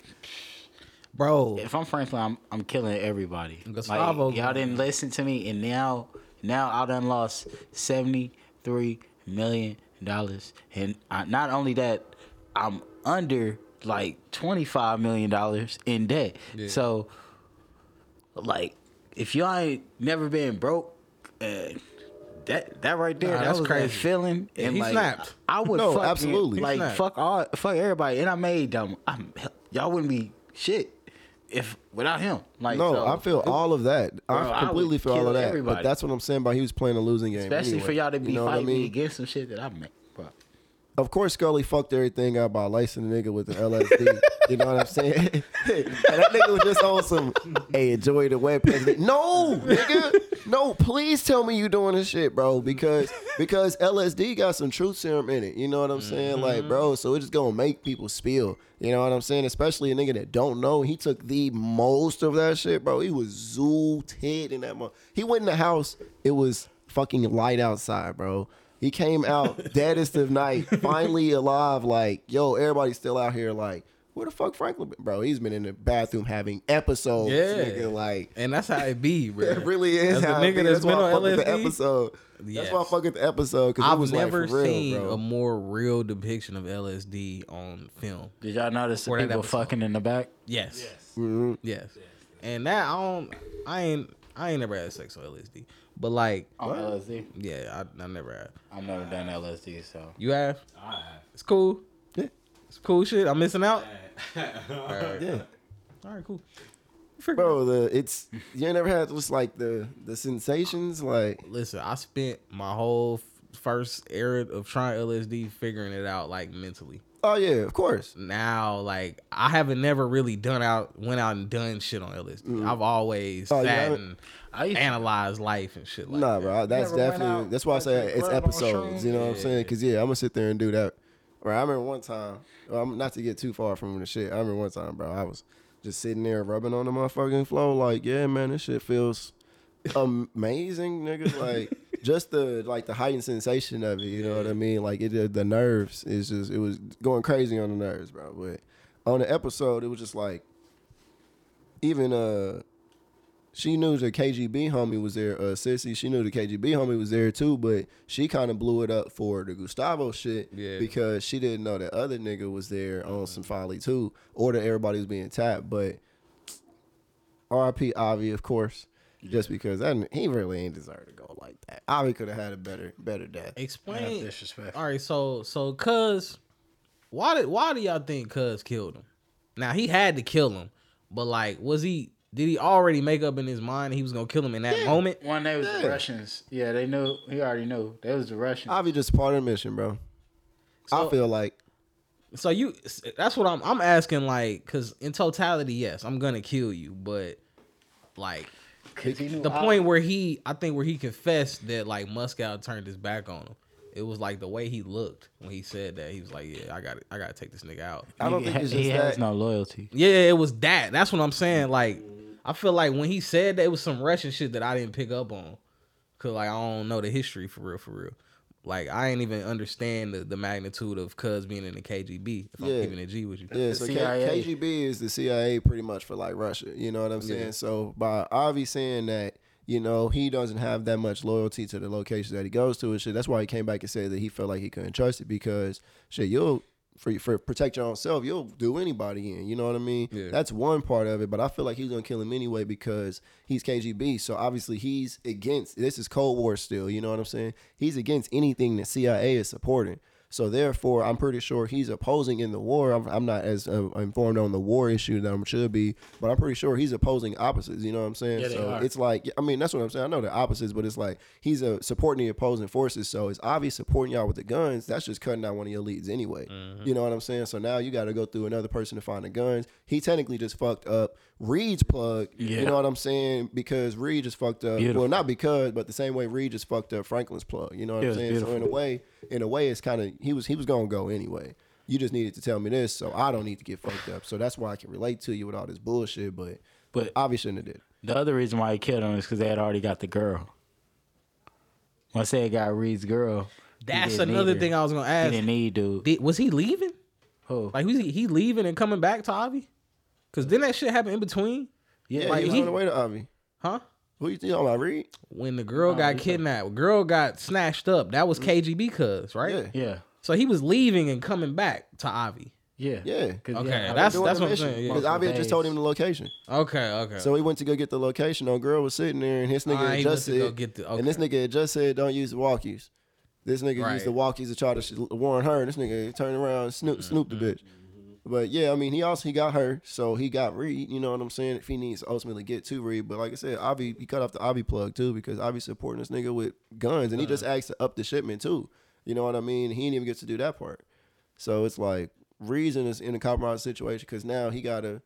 D: bro.
F: if I'm Franklin, I'm I'm killing everybody.
D: Gustavo-
F: Like, y'all didn't listen to me, and now now I done lost seventy three million dollars, and I, not only that, I'm under like twenty five million dollars in debt. So, like, if y'all ain't never been broke, and that that right there,
D: Nah,
F: that
D: that's
F: was
D: crazy.
F: that feeling.
D: Yeah,
F: and
D: he
F: like,
D: snapped.
F: I would
E: No,
F: fuck him.
E: absolutely. He
F: like
D: snapped.
F: fuck all fuck everybody. And I made them. I'm y'all wouldn't be shit if without him. Like
E: No,
F: so,
E: I feel all of that.
F: Bro, I
E: I
F: would
E: completely feel all
F: kill
E: of that.
F: everybody.
E: But that's what I'm saying about he was playing a losing game.
F: especially
E: anyway.
F: for y'all to be
E: You know what I
F: fighting me
E: mean?
F: against some shit that I make. Bro.
E: Of course, Scully fucked everything out by licensing a nigga with the LSD. you know what I'm saying? and that nigga was just on some, hey, enjoy the web president. No, nigga. No, please tell me you doing this shit, bro. Because because LSD got some truth serum in it. You know what I'm saying? Like, bro, so it's just going to make people spill. You know what I'm saying? Especially a nigga that don't know. He took the most of that shit, bro. He was zooted in that month. He went in the house. It was fucking light outside, bro. He came out deadest of night, finally alive. Like, yo, everybody's still out here. Like, where the fuck Franklin? Been? Bro, he's been in the bathroom having episodes.
D: Yeah.
E: nigga, like
D: and that's how it be, bro.
E: it really is.
D: As a
E: how it
D: nigga
E: be.
D: that's been
E: why I
D: on
E: fuck with the
D: LSD,
E: episode.
D: yes.
E: That's why I fuck with the episode because
D: I've
E: was
D: never
E: like, for real,
D: seen
E: bro.
D: a more real depiction of LSD on film.
F: Did y'all notice the
D: Or that
F: people
D: episode.
F: fucking in the back?
D: Yes. Yes.
E: Mm-hmm.
D: Yes. And that I don't. I ain't. I ain't never had sex on LSD. But like,
F: On LSD?
D: yeah, I, I never had.
F: I've never done LSD, so
D: You have? I have. It's cool.
E: Yeah.
D: It's cool shit. I'm missing out. All right.
E: Yeah.
D: All right. Cool. Freak-
E: Bro, the it's you ain't never had just like the the sensations like
D: Listen, I spent my whole f- first era of trying LSD figuring it out like mentally.
E: oh yeah of course
D: Now, like I haven't never really done out went out and done shit on LSD. I've always
E: Mm-hmm. Oh, you
D: sat
E: haven't?
D: and
F: I used to-
D: analyzed life and shit like
E: nah
D: that.
E: bro I- that's
F: Never went
E: definitely
F: out,
E: that's why I
F: like,
E: say
F: take
E: it's
F: grub on
E: episodes
F: shrooms?
E: you know what I'm saying because yeah I'm gonna sit there and do that right I remember one time well, I'm not to get too far from the shit I remember one time bro I was just sitting there rubbing on the motherfucking floor like yeah man this shit feels amazing, nigga. Like just the like the heightened sensation of it. You know what I mean? Like it, the- the nerves is just it was going crazy on the nerves, bro. But on the episode, it was just like even uh. She knew the KGB homie was there, uh, Sissy. She knew the KGB homie was there too, but she kind of blew it up for the Gustavo shit
D: Yeah.
E: because she didn't know the other nigga was there on some folly too, or that everybody was being tapped. But RIP Avi, of course, just because that, he really ain't deserve to go like that. Avi could have had a better better death.
D: Explain.
F: That's disrespectful.
D: All right, so so Cuz, why did why do y'all think Cuz killed him? Now he had to kill him, but like, was he? Did he already make up in his mind he was gonna kill him in that moment?
F: One day was
E: Yeah.
F: the Russians. Yeah, they knew. He already knew. They was the Russians.
E: Avi just part of the mission, bro.
D: So-
E: I feel like
D: So you, that's what I'm. I'm asking like, cause in totality, yes, I'm gonna kill you, but like
F: 'Cause he knew
D: the
F: I-
D: point where he, I think where he confessed that like Moscow turned his back on him. It was like the way he looked when he said that. He was like, "Yeah, I got, to I got to take this nigga out."
E: I don't
F: he,
E: think it's
F: he
E: just
F: has
E: that.
F: no loyalty.
D: Yeah, it was that. That's what I'm saying. Like, I feel like when he said that, it was some Russian shit that I didn't pick up on. Cause like I don't know the history for real, for real. Like I ain't even understand the, the magnitude of Cuz being in the KGB. If I'm
E: Yeah.
D: keeping it G with you,
E: yeah, so K-
F: CIA.
E: KGB is the CIA pretty much for like Russia. You know what I'm saying? So by Avi saying that, you know, he doesn't have that much loyalty to the locations that he goes to and shit. That's why he came back and said that he felt like he couldn't trust it because shit, you'll for for protect your own self, you'll do anybody in. You know what I mean?
D: Yeah.
E: That's one part of it, but I feel like he's gonna kill him anyway because he's KGB. So obviously he's against. This is Cold War still. You know what I'm saying? He's against anything that CIA is supporting. So therefore, I'm pretty sure he's opposing in the war. I'm, I'm not as uh, informed on the war issue that I should be, but I'm pretty sure he's opposing opposites. You know what I'm saying?
F: Yeah, they
E: so
F: are.
E: it's like I mean that's what I'm saying. I know the opposites, but it's like he's uh, supporting the opposing forces. So it's obvious supporting y'all with the guns. That's just cutting out one of your leads anyway.
F: Mm-hmm.
E: You know what I'm saying? So now you got to go through another person to find the guns. He technically just fucked up Reed's plug. You
F: Yeah.
E: know what I'm saying? Because Reed just fucked up.
F: Beautiful.
E: Well, not because, but the same way Reed just fucked up Franklin's plug. You know what
F: Yeah,
E: I'm
F: it's
E: saying? So in a
F: beautiful.
E: way, in a way, it's kind of he was he was gonna go anyway. You just needed to tell me this, so I don't need to get fucked up. So that's why I can relate to you with all this bullshit. But
F: But-
E: obviously, shouldn't have did.
F: The other reason why he killed him is because they had already got the girl. Once they got Reed's girl, he
D: that's
F: didn't need
D: another
F: her.
D: thing I was gonna
F: He
D: ask.
F: didn't need dude.
D: Did- was he leaving?
F: Who?
D: Like, was he, he leaving and coming back to Avi? Cause then that shit happened in between,
E: Yeah,
D: like
E: he was
D: he-
E: on the way to Avi.
D: huh?
E: Who you talking about, Reed?
D: When the girl got kidnapped, girl got snatched up. That was KGB cuz, right?
E: Mm-hmm. Yeah.
F: Yeah.
D: So he was leaving and coming back to Avi.
F: Yeah.
E: Yeah.
D: Okay, that's-
E: Doing
D: that's
E: the
D: what I'm
E: mission.
D: saying, yeah.
E: Because Avi had just told him the location.
D: Okay, okay.
E: So he went to go get the location. No girl was sitting there, and his nigga
D: Ah,
E: had
D: he
E: just
D: went to go
E: said,
D: get the-
E: and this
D: okay.
E: nigga had just said, don't use the walkies. This nigga
D: Right. Mm-hmm,
E: used the walkies to try to sh- warn her. And this nigga turned around, and snoop, snoop the bitch. But yeah, I mean, he also he got her, so he got Reed. You know what I'm saying? If he needs to ultimately get to Reed, but like I said, Avi he cut off the Avi plug too because Avi supporting this nigga with guns, and he just asked to up the shipment too. You know what I mean? He didn't even get to do that part. So it's like Reason is in a compromised situation because now he gotta,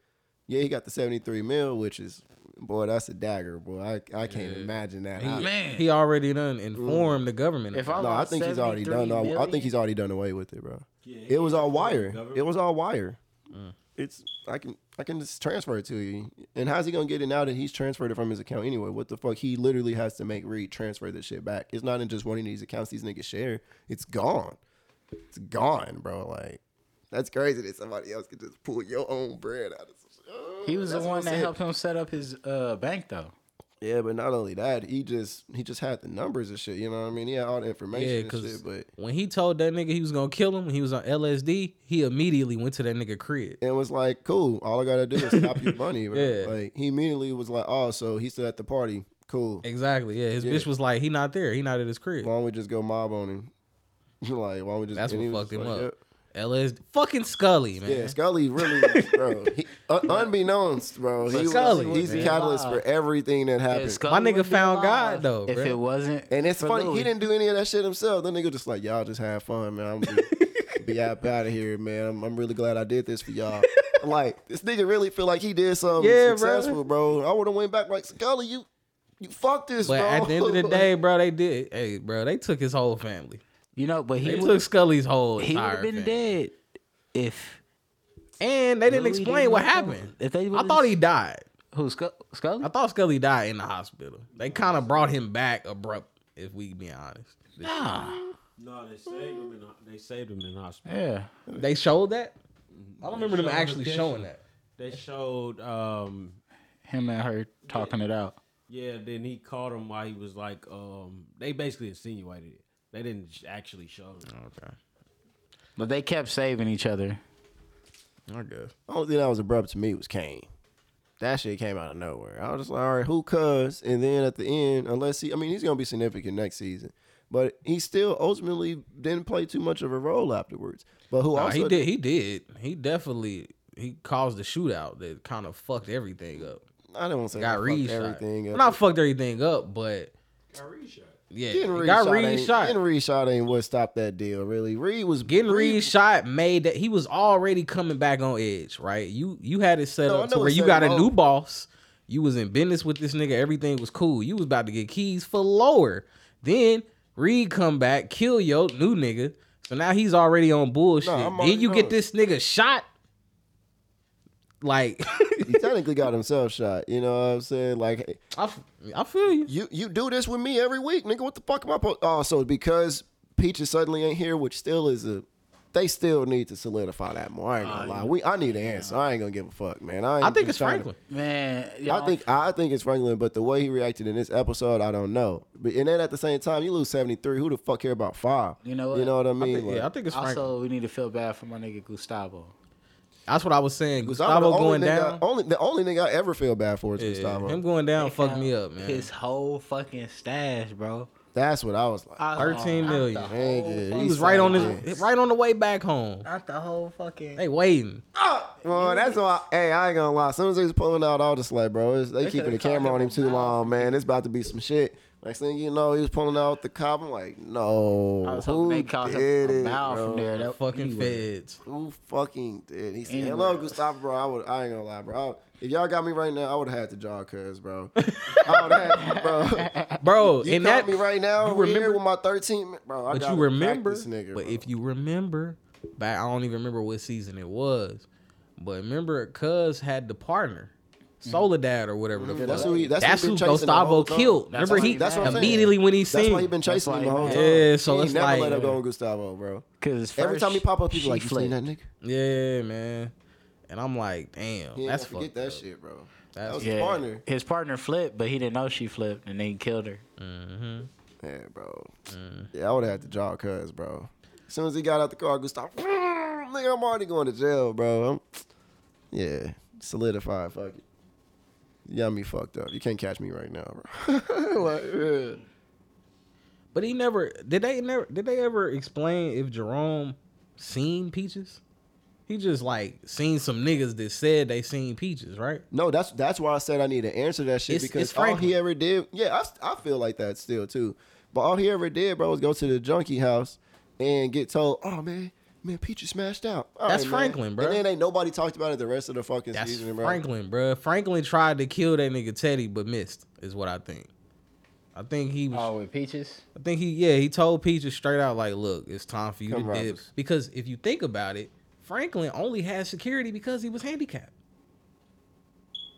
E: yeah, he got the 73 mil, which is boy, that's a dagger, boy. I I can't imagine that. I-
F: Man.
D: he already done informed the government.
F: If
D: about
F: I
E: no, I think he's already done. uh, I, I think he's already done away with it, bro. it was all wire. It was all wire.
F: Mm.
E: It's I can I can just transfer it to you. And how's he gonna get it now that he's transferred it from his account anyway? What the fuck? He literally has to make Reed transfer this shit back. It's not in just one of these accounts these niggas share. It's gone. It's gone, bro. Like that's crazy that somebody else could just pull your own bread out of. Some shit. Oh,
F: He was the
E: that's what
F: one
E: I'm
F: that
E: saying.
F: helped him set up his uh, bank though.
E: Yeah, but not only that, he just he just had the numbers and shit. You know what I mean? He had all the information
D: Yeah,
E: and
D: because
E: shit, but.
D: when he told that nigga he was gonna kill him when he was on LSD, he immediately went to that nigga crib.
E: and was like, "Cool, all I gotta do is stop your money." Bro.
D: Yeah.
E: Like he immediately was like, "Oh, so he's still at the party? Cool.
D: Exactly. Yeah, his
E: Yeah.
D: bitch was like, he not there. He not at his crib.
E: Why don't we just go mob on him? like, why don't we just?"
D: That's
E: and he
D: what
E: was
D: fucked
E: just
D: him
E: like,
D: up. LSD, fucking Scully, man.
E: Yeah, yeah, Scully really, bro. He, un- unbeknownst, bro, he was,
D: Scully,
E: he's the
F: man.
E: catalyst for everything that happened.
D: My nigga found God though,
F: If
D: bruh.
F: it wasn't,
E: and it's
F: for
E: funny,
F: Louis.
E: he didn't do any of that shit himself. The nigga just like, "Y'all just have fun, man. I'm just, be out out of here, man. I'm, I'm really glad I did this for y'all." like this nigga really feel like he did something
D: Yeah, bro.
E: successful, bro. I would have went back like Scully, you. You fuck this,
D: But
E: bro.
D: at the end of the day, bro, they did. Hey, bro, they took his whole family.
F: You know, but he
D: They
F: would
D: took Scully's whole
F: he would
D: entire
F: have been
D: family.
F: dead if
D: And they didn't
F: Louis
D: explain
F: didn't
D: what
F: know.
D: happened.
F: If they
D: I thought he died.
F: who Scu- Scully.
D: I thought Scully died in the hospital. They kind of brought him back abrupt, if we being honest.
F: Nah.
G: No, they saved him. In, they saved him in hospital.
F: Yeah.
D: They showed that. I don't remember them
G: showed
D: actually
G: the
D: showing
G: picture.
D: that.
G: They showed. um
F: Him and her talking it out.
G: Yeah, then he caught him while he was like. um They basically insinuated it. They didn't sh- actually show him.
D: Okay,
F: But they kept saving each other.
D: I guess.
E: only thing that was abrupt to me was Kane. That shit came out of nowhere. I was just like, all right, who cuz? And then at the end, unless he, I mean, he's gonna be significant next season, but he still ultimately didn't play too much of a role afterwards. But who
D: Nah,
E: also
D: he did. He did. He definitely he caused the shootout that kind of fucked everything up.
E: I don't want to say
D: Got
E: he
D: Reed
E: fucked everything.
D: shot.
E: up.
D: Well, not fucked everything up, but yeah,
E: getting Reed
D: got
E: shot
D: Reed
E: ain't-
D: shot.
E: Getting Reed shot ain't what stopped that deal. Really, Reed was
D: Getting Reed shot made that he was already coming back on edge, right? You you had it set
E: No, I
D: up to
E: know
D: where
E: it
D: you
E: set
D: got
E: him
D: a new
E: up.
D: boss. You was in business with this nigga. Everything was cool. You was about to get keys for lower. Then Reed come back, kill your new nigga. So now he's already on bullshit.
E: Nah, I'm already
D: then you get
E: knowing.
D: this nigga shot. Like
E: He technically got himself shot. You know what I'm saying? Like, hey,
D: I, f- I feel you.
E: you you do this with me every week, nigga. What the fuck am I supposed? Oh, so because Peaches suddenly ain't here, which still is a, they still need to solidify that more. I ain't gonna lie. We I need an answer. I ain't gonna give a fuck, man. I, ain't
D: I think
E: just
D: it's
E: trying to-
D: Franklin.
F: Man,
E: I think I think it's Franklin, but the way he reacted in this episode, I don't know. But and then at the same time, you lose seventy three. Who the fuck care about five?
F: You know what?
E: You know what I mean?
D: I think- yeah, I think it's Franklin.
F: also we need to feel bad for my nigga Gustavo.
D: That's what I was saying.
E: Gustavo
D: Gustavo going
E: only nigga,
D: down.
E: Only the only nigga I ever feel bad for is
D: Yeah,
E: Gustavo.
D: him going down fucked me up, man.
F: His whole fucking stash, bro.
E: That's what I was like.
F: I-
D: 13
F: not
D: million.
F: the whole
E: Nigga,
F: fucking-
D: He was
E: He's
D: right on
E: like
D: his right on the way back home.
F: Not the whole fucking.
D: They waiting.
E: Well, that's why. Hey, I ain't gonna lie. As soon as they was pulling out, I was just like, bro, it's, they, keeping the
F: could've called
E: camera
F: him
E: on him
F: a
E: too long, man. It's about to be some shit. Next thing you know, he was pulling out the cop. I'm like, no,
F: I was hoping
E: who
F: they caught
E: did
F: him a
E: it,
F: mile
E: bro?
F: from there. That
D: Fucking
F: anyway.
D: feds.
E: Who fucking did? He said,
F: Anywhere
E: "Hello,
F: else.
E: Gustavo, bro. I would. I ain't gonna lie, bro. I- if y'all got me right now, I would have had to jog, cuz, bro. I would have, bro.
D: Bro,
E: You
D: and
E: caught
D: that
E: me right now.
D: you
E: Remember
D: remember-
E: with my 13, mi- bro? I
D: but
E: gotta
D: you
E: crack
D: remember
E: this nigga,
D: but
E: bro.
D: if you remember back I don't even remember what season it was. But remember cuz had the partner. Soledad or whatever the
E: Mm. Yeah,
D: fuck.
E: that's
D: That's,
E: who, he, that's who,
D: who
E: he been chasing the
D: Gustavo
E: whole time.
D: killed.
F: That's
D: remember
F: why-
D: he
E: that's what I'm saying.
D: immediately when he
E: That's why he
D: seen
E: been
F: That's
E: chasing
F: why
E: him
F: he
E: the whole
F: mad.
E: time.
D: Yeah, so
E: he
D: it's
E: never
D: like-
E: let up go on Gustavo, bro.
F: Cause
E: Every time he pop up,
F: he
E: people like, "You seen that nigga?"
D: Yeah, man. And I'm like, damn,
E: He ain't
D: that's
E: gonna forget
D: fucked
E: that
D: up.
E: shit, bro.
D: That's-
E: that was
F: Yeah,
E: his partner.
F: his partner flipped, but he didn't know she flipped, and then he killed her.
D: Mm-hmm.
E: Yeah, bro.
D: Mm.
E: Yeah, I would have had to draw cuz, bro. As soon as he got out the car, Gustav, nigga, I'm already going to jail, bro. I'm, yeah, solidified, fuck it. You got me fucked up. You can't catch me right now, bro. like, yeah.
D: But he never did they never did they ever explain if Jerome seen peaches? He just like seen some niggas that said they seen peaches, right?
E: No, that's that's why I said I need to answer that shit
D: It's-
E: because
D: it's
E: all
D: Franklin.
E: he ever did, yeah, I, I feel like that still too. But all he ever did, bro, was go to the junkie house and get told, "Oh man, man, Peachy smashed out." All
D: That's
E: man."
D: Franklin, bro.
E: And then ain't nobody talked about it the rest of the fucking
D: That's
E: season, bro.
D: Franklin, bro. Franklin tried to kill that nigga Teddy but missed, is what I think. I think he was
F: Oh, with peaches.
D: I think he yeah, he told Peaches straight out like, look, it's time for you
E: Come
D: to dip.
E: robbers.
D: Because if you think about it, Franklin only had security because he was handicapped.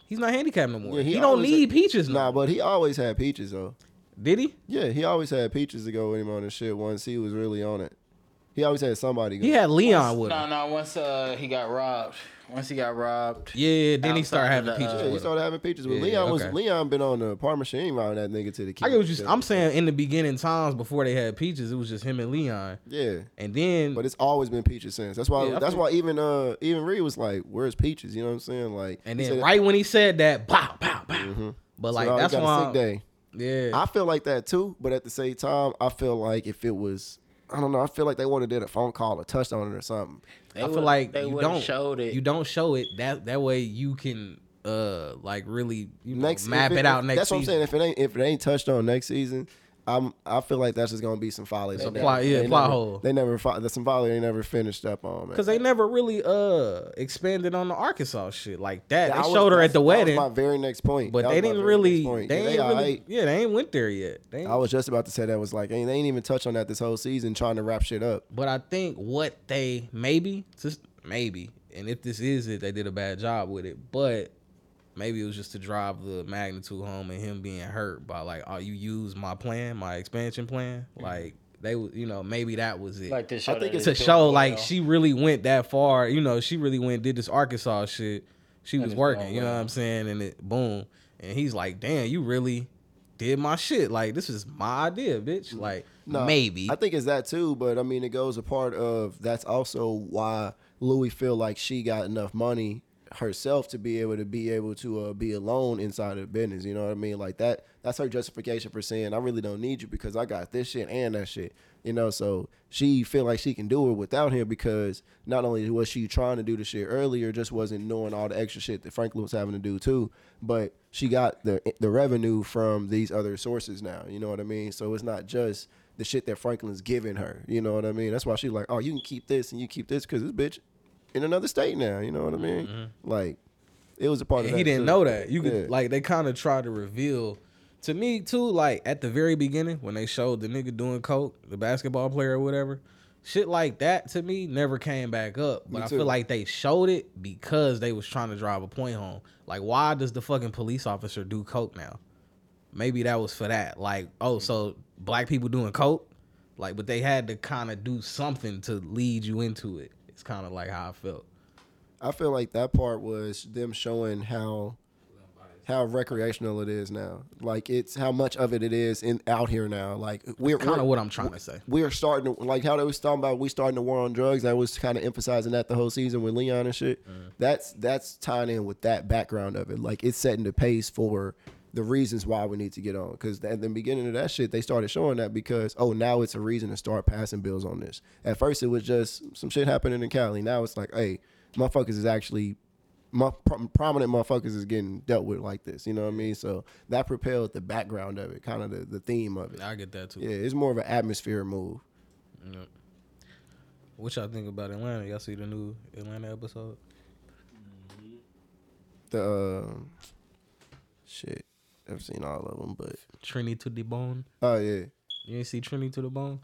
D: He's not handicapped no more.
E: Yeah,
D: he, don't
E: always
D: need
E: had-
D: peaches no
E: Nah,
D: more.
E: but he always had peaches though.
D: Did he?
E: Yeah, he always had peaches to go with him on his shit. Once he was really on it, he always had somebody. Go.
D: He had Leon with him.
F: No, no. Once uh, he got robbed. Once he got robbed.
D: Yeah, then he
F: Outside
D: started having
F: of the,
D: peaches.
F: uh,
E: Yeah,
D: with
E: he
D: him.
E: started having peaches. But
D: Yeah,
E: Leon was
D: okay.
E: Leon been on the Parma. She ain't riding that nigga to the.
D: I get what you.
E: key.
D: I'm saying in the beginning times before they had peaches, it was just him and Leon,
E: Yeah.
D: and then
E: But it's always been peaches since. That's why.
D: Yeah, I
E: that's
D: feel-
E: why even uh even Reed was like, "Where's peaches?" You know what I'm saying? Like,
D: and
E: he
D: then
E: said,
D: right when he said that, pow, pow, pow. But
E: "Oh,
D: like
E: you
D: that's
E: got a sick
D: why,
E: day.
D: yeah,
E: I feel like that too. But at the same time, I feel like if it was, I don't know. I feel like they would have did a phone call or touched on it or something.
F: They
D: I feel
F: would've-
D: like
F: they
D: you
F: would've
D: don't
F: showed it.
D: You don't show it that that way you can uh like really you know,
E: Next
D: map
E: if
D: it, out next
E: That's
D: season.
E: what I'm saying. If it ain't if it ain't touched on next season. I'm, I feel like that's just gonna be some folly.
D: a plot- yeah,
E: they
D: plot
E: never,
D: hole.
E: They never, fo- that's some folly they never finished up on, man.
D: Cause they never really uh expanded on the Arkansas shit like that.
E: That
D: they
E: was-
D: showed her
E: that's-
D: at the wedding,
E: That was my very next point.
D: but
E: That
D: they
E: was my
D: didn't
E: very next
D: really.
E: point.
D: They
E: Yeah,
D: ain't really.
E: aight.
D: Yeah, they ain't went there yet. They ain't
E: I was just about to say that was like, ain't, they ain't even touch on that this whole season trying to wrap shit up.
D: But I think what they maybe just maybe, and if this is it, they did a bad job with it. But maybe it was just to drive the magnitude home and him being hurt by like, oh, you used my plan, my expansion plan.
E: Mm-hmm.
D: Like they, was- you know, maybe that was it.
F: like to show.
E: I think
F: that
E: it's
D: to
F: doing
D: show
F: well.
D: like she really went that far. You know, she really went did this Arkansas shit. She was
F: it's
D: working.
F: going
D: You know what
F: well.
D: I'm saying? And it boom. And he's like, damn, you really did my shit. Like this is my idea, bitch. Like
E: No,
D: maybe.
E: I think it's that too, but I mean, it goes a part of that's also why Louis feel like she got enough money herself to be able to be able to uh, be alone inside of the business. You know what I mean? Like that. That's her justification for saying, "I really don't need you because I got this shit and that shit." You know, so she feel like she can do it without him because not only was she trying to do the shit earlier, just wasn't knowing all the extra shit that Franklin was having to do too, but she got the the revenue from these other sources now. You know what I mean? So it's not just the shit that Franklin's giving her. You know what I mean? That's why she's like, oh, you can keep this and you keep this because this bitch in another state now. You know what I mean? Like, it was a part of
D: Mm-hmm. And
E: that.
D: he didn't
E: too.
D: know that. You could
E: Yeah.
D: like they kind of tried to reveal to me too. Like at the very beginning when they showed the nigga doing coke, the basketball player or whatever, shit like that to me never came back up. But I
E: too.
D: feel like they showed it because they was trying to drive a point home. Like why does the fucking police officer do coke now? Maybe that was for that. Like oh, so black people doing coke. Like, but they had to kind of do something to lead you into it. It's kind of like how I felt.
E: I feel like that part was them showing how how recreational it is now. Like it's how much of it it is in out here now. Like we're
D: Kind
E: we're-
D: of what I'm trying to say.
E: we are starting to like how they was talking about we starting the war on drugs. I was kind of emphasizing that the whole season with Leon and shit. That's that's tying in with that background of it. Like it's setting the pace for the reasons why we need to get on. Because at the beginning of that shit, they started showing that because oh now it's a reason to start passing bills on this. At first it was just some shit happening in Cali. Now it's like hey, motherfuckers is actually my pro- prominent motherfuckers is getting dealt with like this. You know what I mean? So that propelled the background of it, kind of the, the theme of it.
D: I get that too.
E: Yeah, it's more of an atmosphere move.
D: What y'all think about Atlanta? Y'all see the new Atlanta episode?
E: the um shit. I've seen all of them, but
D: Trini to the bone.
E: oh yeah,
D: You ain't see Trini to the bone?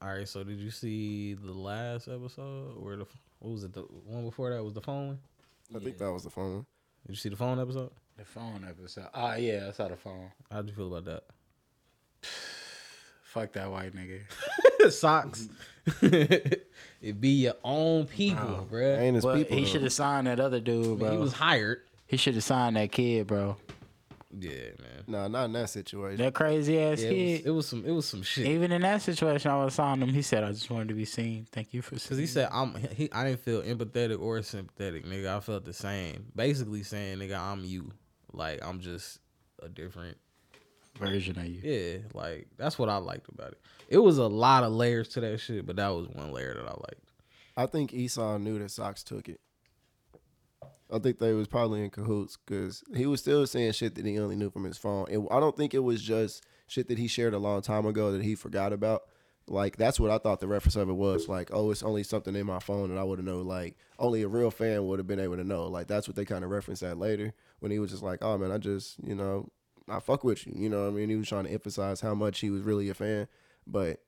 D: All right. So did you see the last episode or the what was it? The one before that was the phone one.
E: I think that was the phone. one.
D: Did you see the phone episode?
F: the phone episode. Ah, yeah, I saw the phone.
D: How'd you feel about that?
F: Fuck that white nigga.
D: Socks. it be your own people, bruh.
E: Ain't his
F: But
E: people.
F: he
E: though.
F: should have signed that other dude,
D: He
F: bro.
D: was hired.
F: He should have signed that kid, bro.
D: Yeah, man.
E: Nah, not in that situation.
F: That crazy ass
D: Yeah, it, was,
F: kid.
D: it was some. It was some shit.
F: Even in that situation, I was signing him. He said, "I just wanted to be seen. Thank you for."
D: Cause he said I'm he I didn't feel empathetic or sympathetic, nigga. I felt the same. Basically saying, nigga, I'm you. Like I'm just a different
F: version of you.
D: Yeah, like that's what I liked about it. It was a lot of layers to that shit, but that was one layer that I liked.
E: I think Esau knew that Sox took it. I think they was probably in cahoots because he was still saying shit that he only knew from his phone. And I don't think it was just shit that he shared a long time ago that he forgot about. Like that's what I thought the reference of it was. Like, oh, it's only something in my phone that I would have known. Like, only a real fan would have been able to know. Like that's what they kind of referenced that later when he was just like, oh man, I just you know I fuck with you. You know, what I mean, he was trying to emphasize how much he was really a fan, but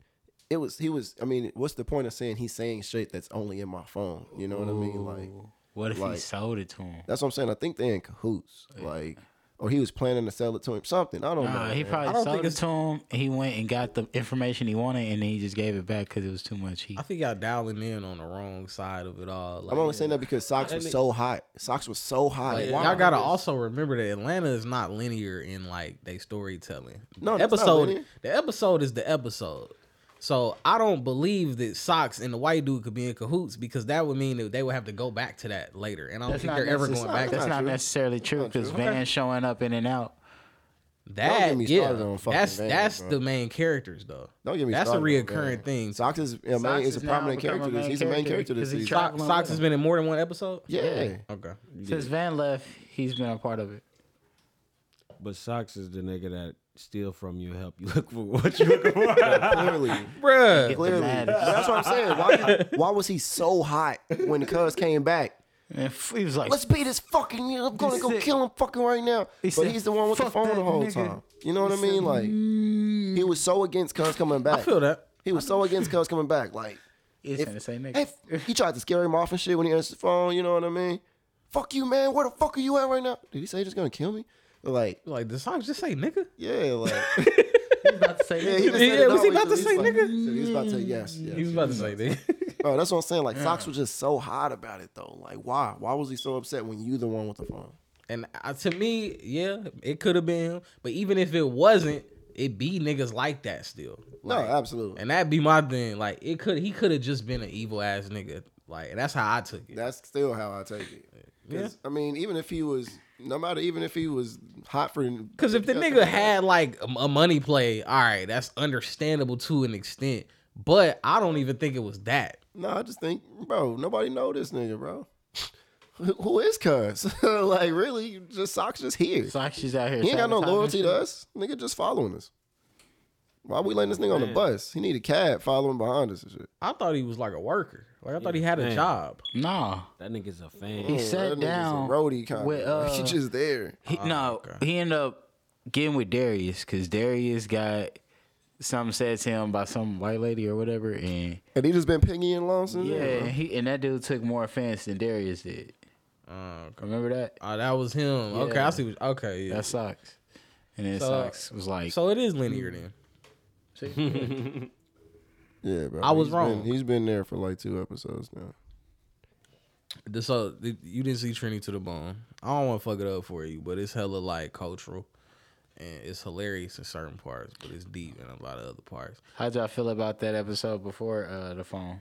E: it was he was i mean what's the point of saying he's saying shit that's only in my phone you know what i mean like
F: What if he
E: like-
F: sold it to him?
E: that's what i'm saying i think they in cahoots like or he was planning to sell it to him something i don't
F: Nah,
E: know
F: he
E: man.
D: I
F: probably
D: don't
F: sold
D: think
F: it
D: it's-
F: to him. He went and got the information he wanted, and then he just gave it back because it was too much heat.
D: I think y'all dialing in on the wrong side of it all. Like,
E: i'm only saying that because socks was so hot socks was so hot
D: like,
E: Why?
D: Oh, y'all gotta also remember that Atlanta is not linear in like they storytelling.
E: No, that's
D: the
E: not
D: episode
E: linear.
D: the episode is the episode. So I don't believe that Socks and the white dude could be in cahoots because that would mean that they would have to go back to that later, and I don't
F: That's
D: think
F: not
D: they're ever
F: necess-
D: going back.
F: That's
D: to
F: not
E: true.
F: necessarily true
E: Not true.
F: because Van showing up in and out.
D: that.
E: get me
D: yeah,
E: started on fucking
D: that's
E: Van,
D: that's
E: bro.
D: the main characters though.
E: don't get me
D: That's a
E: started on
D: reoccurring
E: that.
D: thing.
E: socks is a
F: Socks
E: main, is a
F: is now
E: prominent
F: become a
E: character this
F: main
E: he's a main
F: character
E: character this
F: because he
E: season
F: tried-
D: Sock- Socks has been in more than one episode.
E: yeah
D: Okay.
F: Since Van left, he's been a part of it.
G: But Socks is the nigga that steal from you, help you look for what you looking for.
E: clearly
D: Bruh.
F: Get the
E: clearly
F: matters.
E: that's what i'm saying why, why was he so hot when cuz came back
F: And f- he was like,
E: Let's beat this fucking. nigga. I'm gonna
F: He
E: go
F: said-
E: kill him fucking right now. but
F: said,
E: he's the one with the
F: "Fuck
E: phone
F: that
E: the whole
F: nigga."
E: time. You know what I mean? Like he was so against Cuz coming back.
D: "Mm." I feel that.
E: He was so against Cuz coming back. Like
F: he's
E: if-
F: gonna say nigga.
E: if he tried to scare him off and shit when he answered the phone. You know what I mean? Fuck you, man. Where the fuck are you at right now? Did he say he's just gonna kill me? Like
D: Like the song just say nigga.
E: yeah, like
F: He's about to say
E: yeah.
F: nigga.
E: He just said
D: Yeah,
E: it
D: was he
E: all.
D: about to
E: just
D: say
E: like-
D: nigga? Mm.
E: he said He was about to say yes. yes.
D: He was about to say nigga.
E: Bro, that's what I'm saying. Like Sox was just so hot about it though. Like why? Why was he so upset when you the one with the phone?
D: and uh, to me, yeah, it could have been him. But even if it wasn't, it be niggas like that still.
E: No,
D: Like,
E: absolutely.
D: And that be my thing. Like it could he could have just been an evil ass nigga. Like and that's how I took it.
E: That's still how I take it. 'Cause, I mean, even if he was, no matter, even if he was hot for,
D: Because if the nigga had like a, a money play, all right, that's understandable to an extent. But I don't even think it was that.
E: no, I just think, bro, nobody know this nigga, bro. Who- Who is Cuz? like, really, just Socks just here.
F: Socks is out here.
E: He ain't got no
F: sabotaging
E: loyalty
F: shit.
E: to us. Nigga just following us. Why we letting this nigga on the bus? He need a cab following behind us and shit.
D: I thought he was like a worker. Like I thought he had a
G: man.
D: job.
F: No,
G: that nigga's a fan.
F: he
E: Mm,
F: sat
E: that nigga's
F: down.
E: A roadie kind
F: with,
E: of. he
F: uh,
E: just there.
F: He, no,
D: okay.
F: he ended up getting with Darius because Darius got something said to him by some white lady or whatever, and
E: And he just been piggying long since.
F: yeah,
E: then,
F: and he and that dude took more offense than Darius did.
D: Oh, okay.
F: Remember that?
D: Oh, that was him. Okay, I
F: Yeah.
D: see. What, okay, yeah.
F: That sucks. And then
D: So-
F: Socks was like,
D: so it is linear then.
E: bro. yeah, bro.
D: I was
E: He's
D: wrong.
E: Been, he's been there for like two episodes now.
D: The- So the- you didn't see Trini to the bone. I don't want to fuck it up for you, but it's hella like cultural, and it's hilarious in certain parts, but it's deep in a lot of other parts.
F: "How would y'all feel about that episode before uh, the phone?"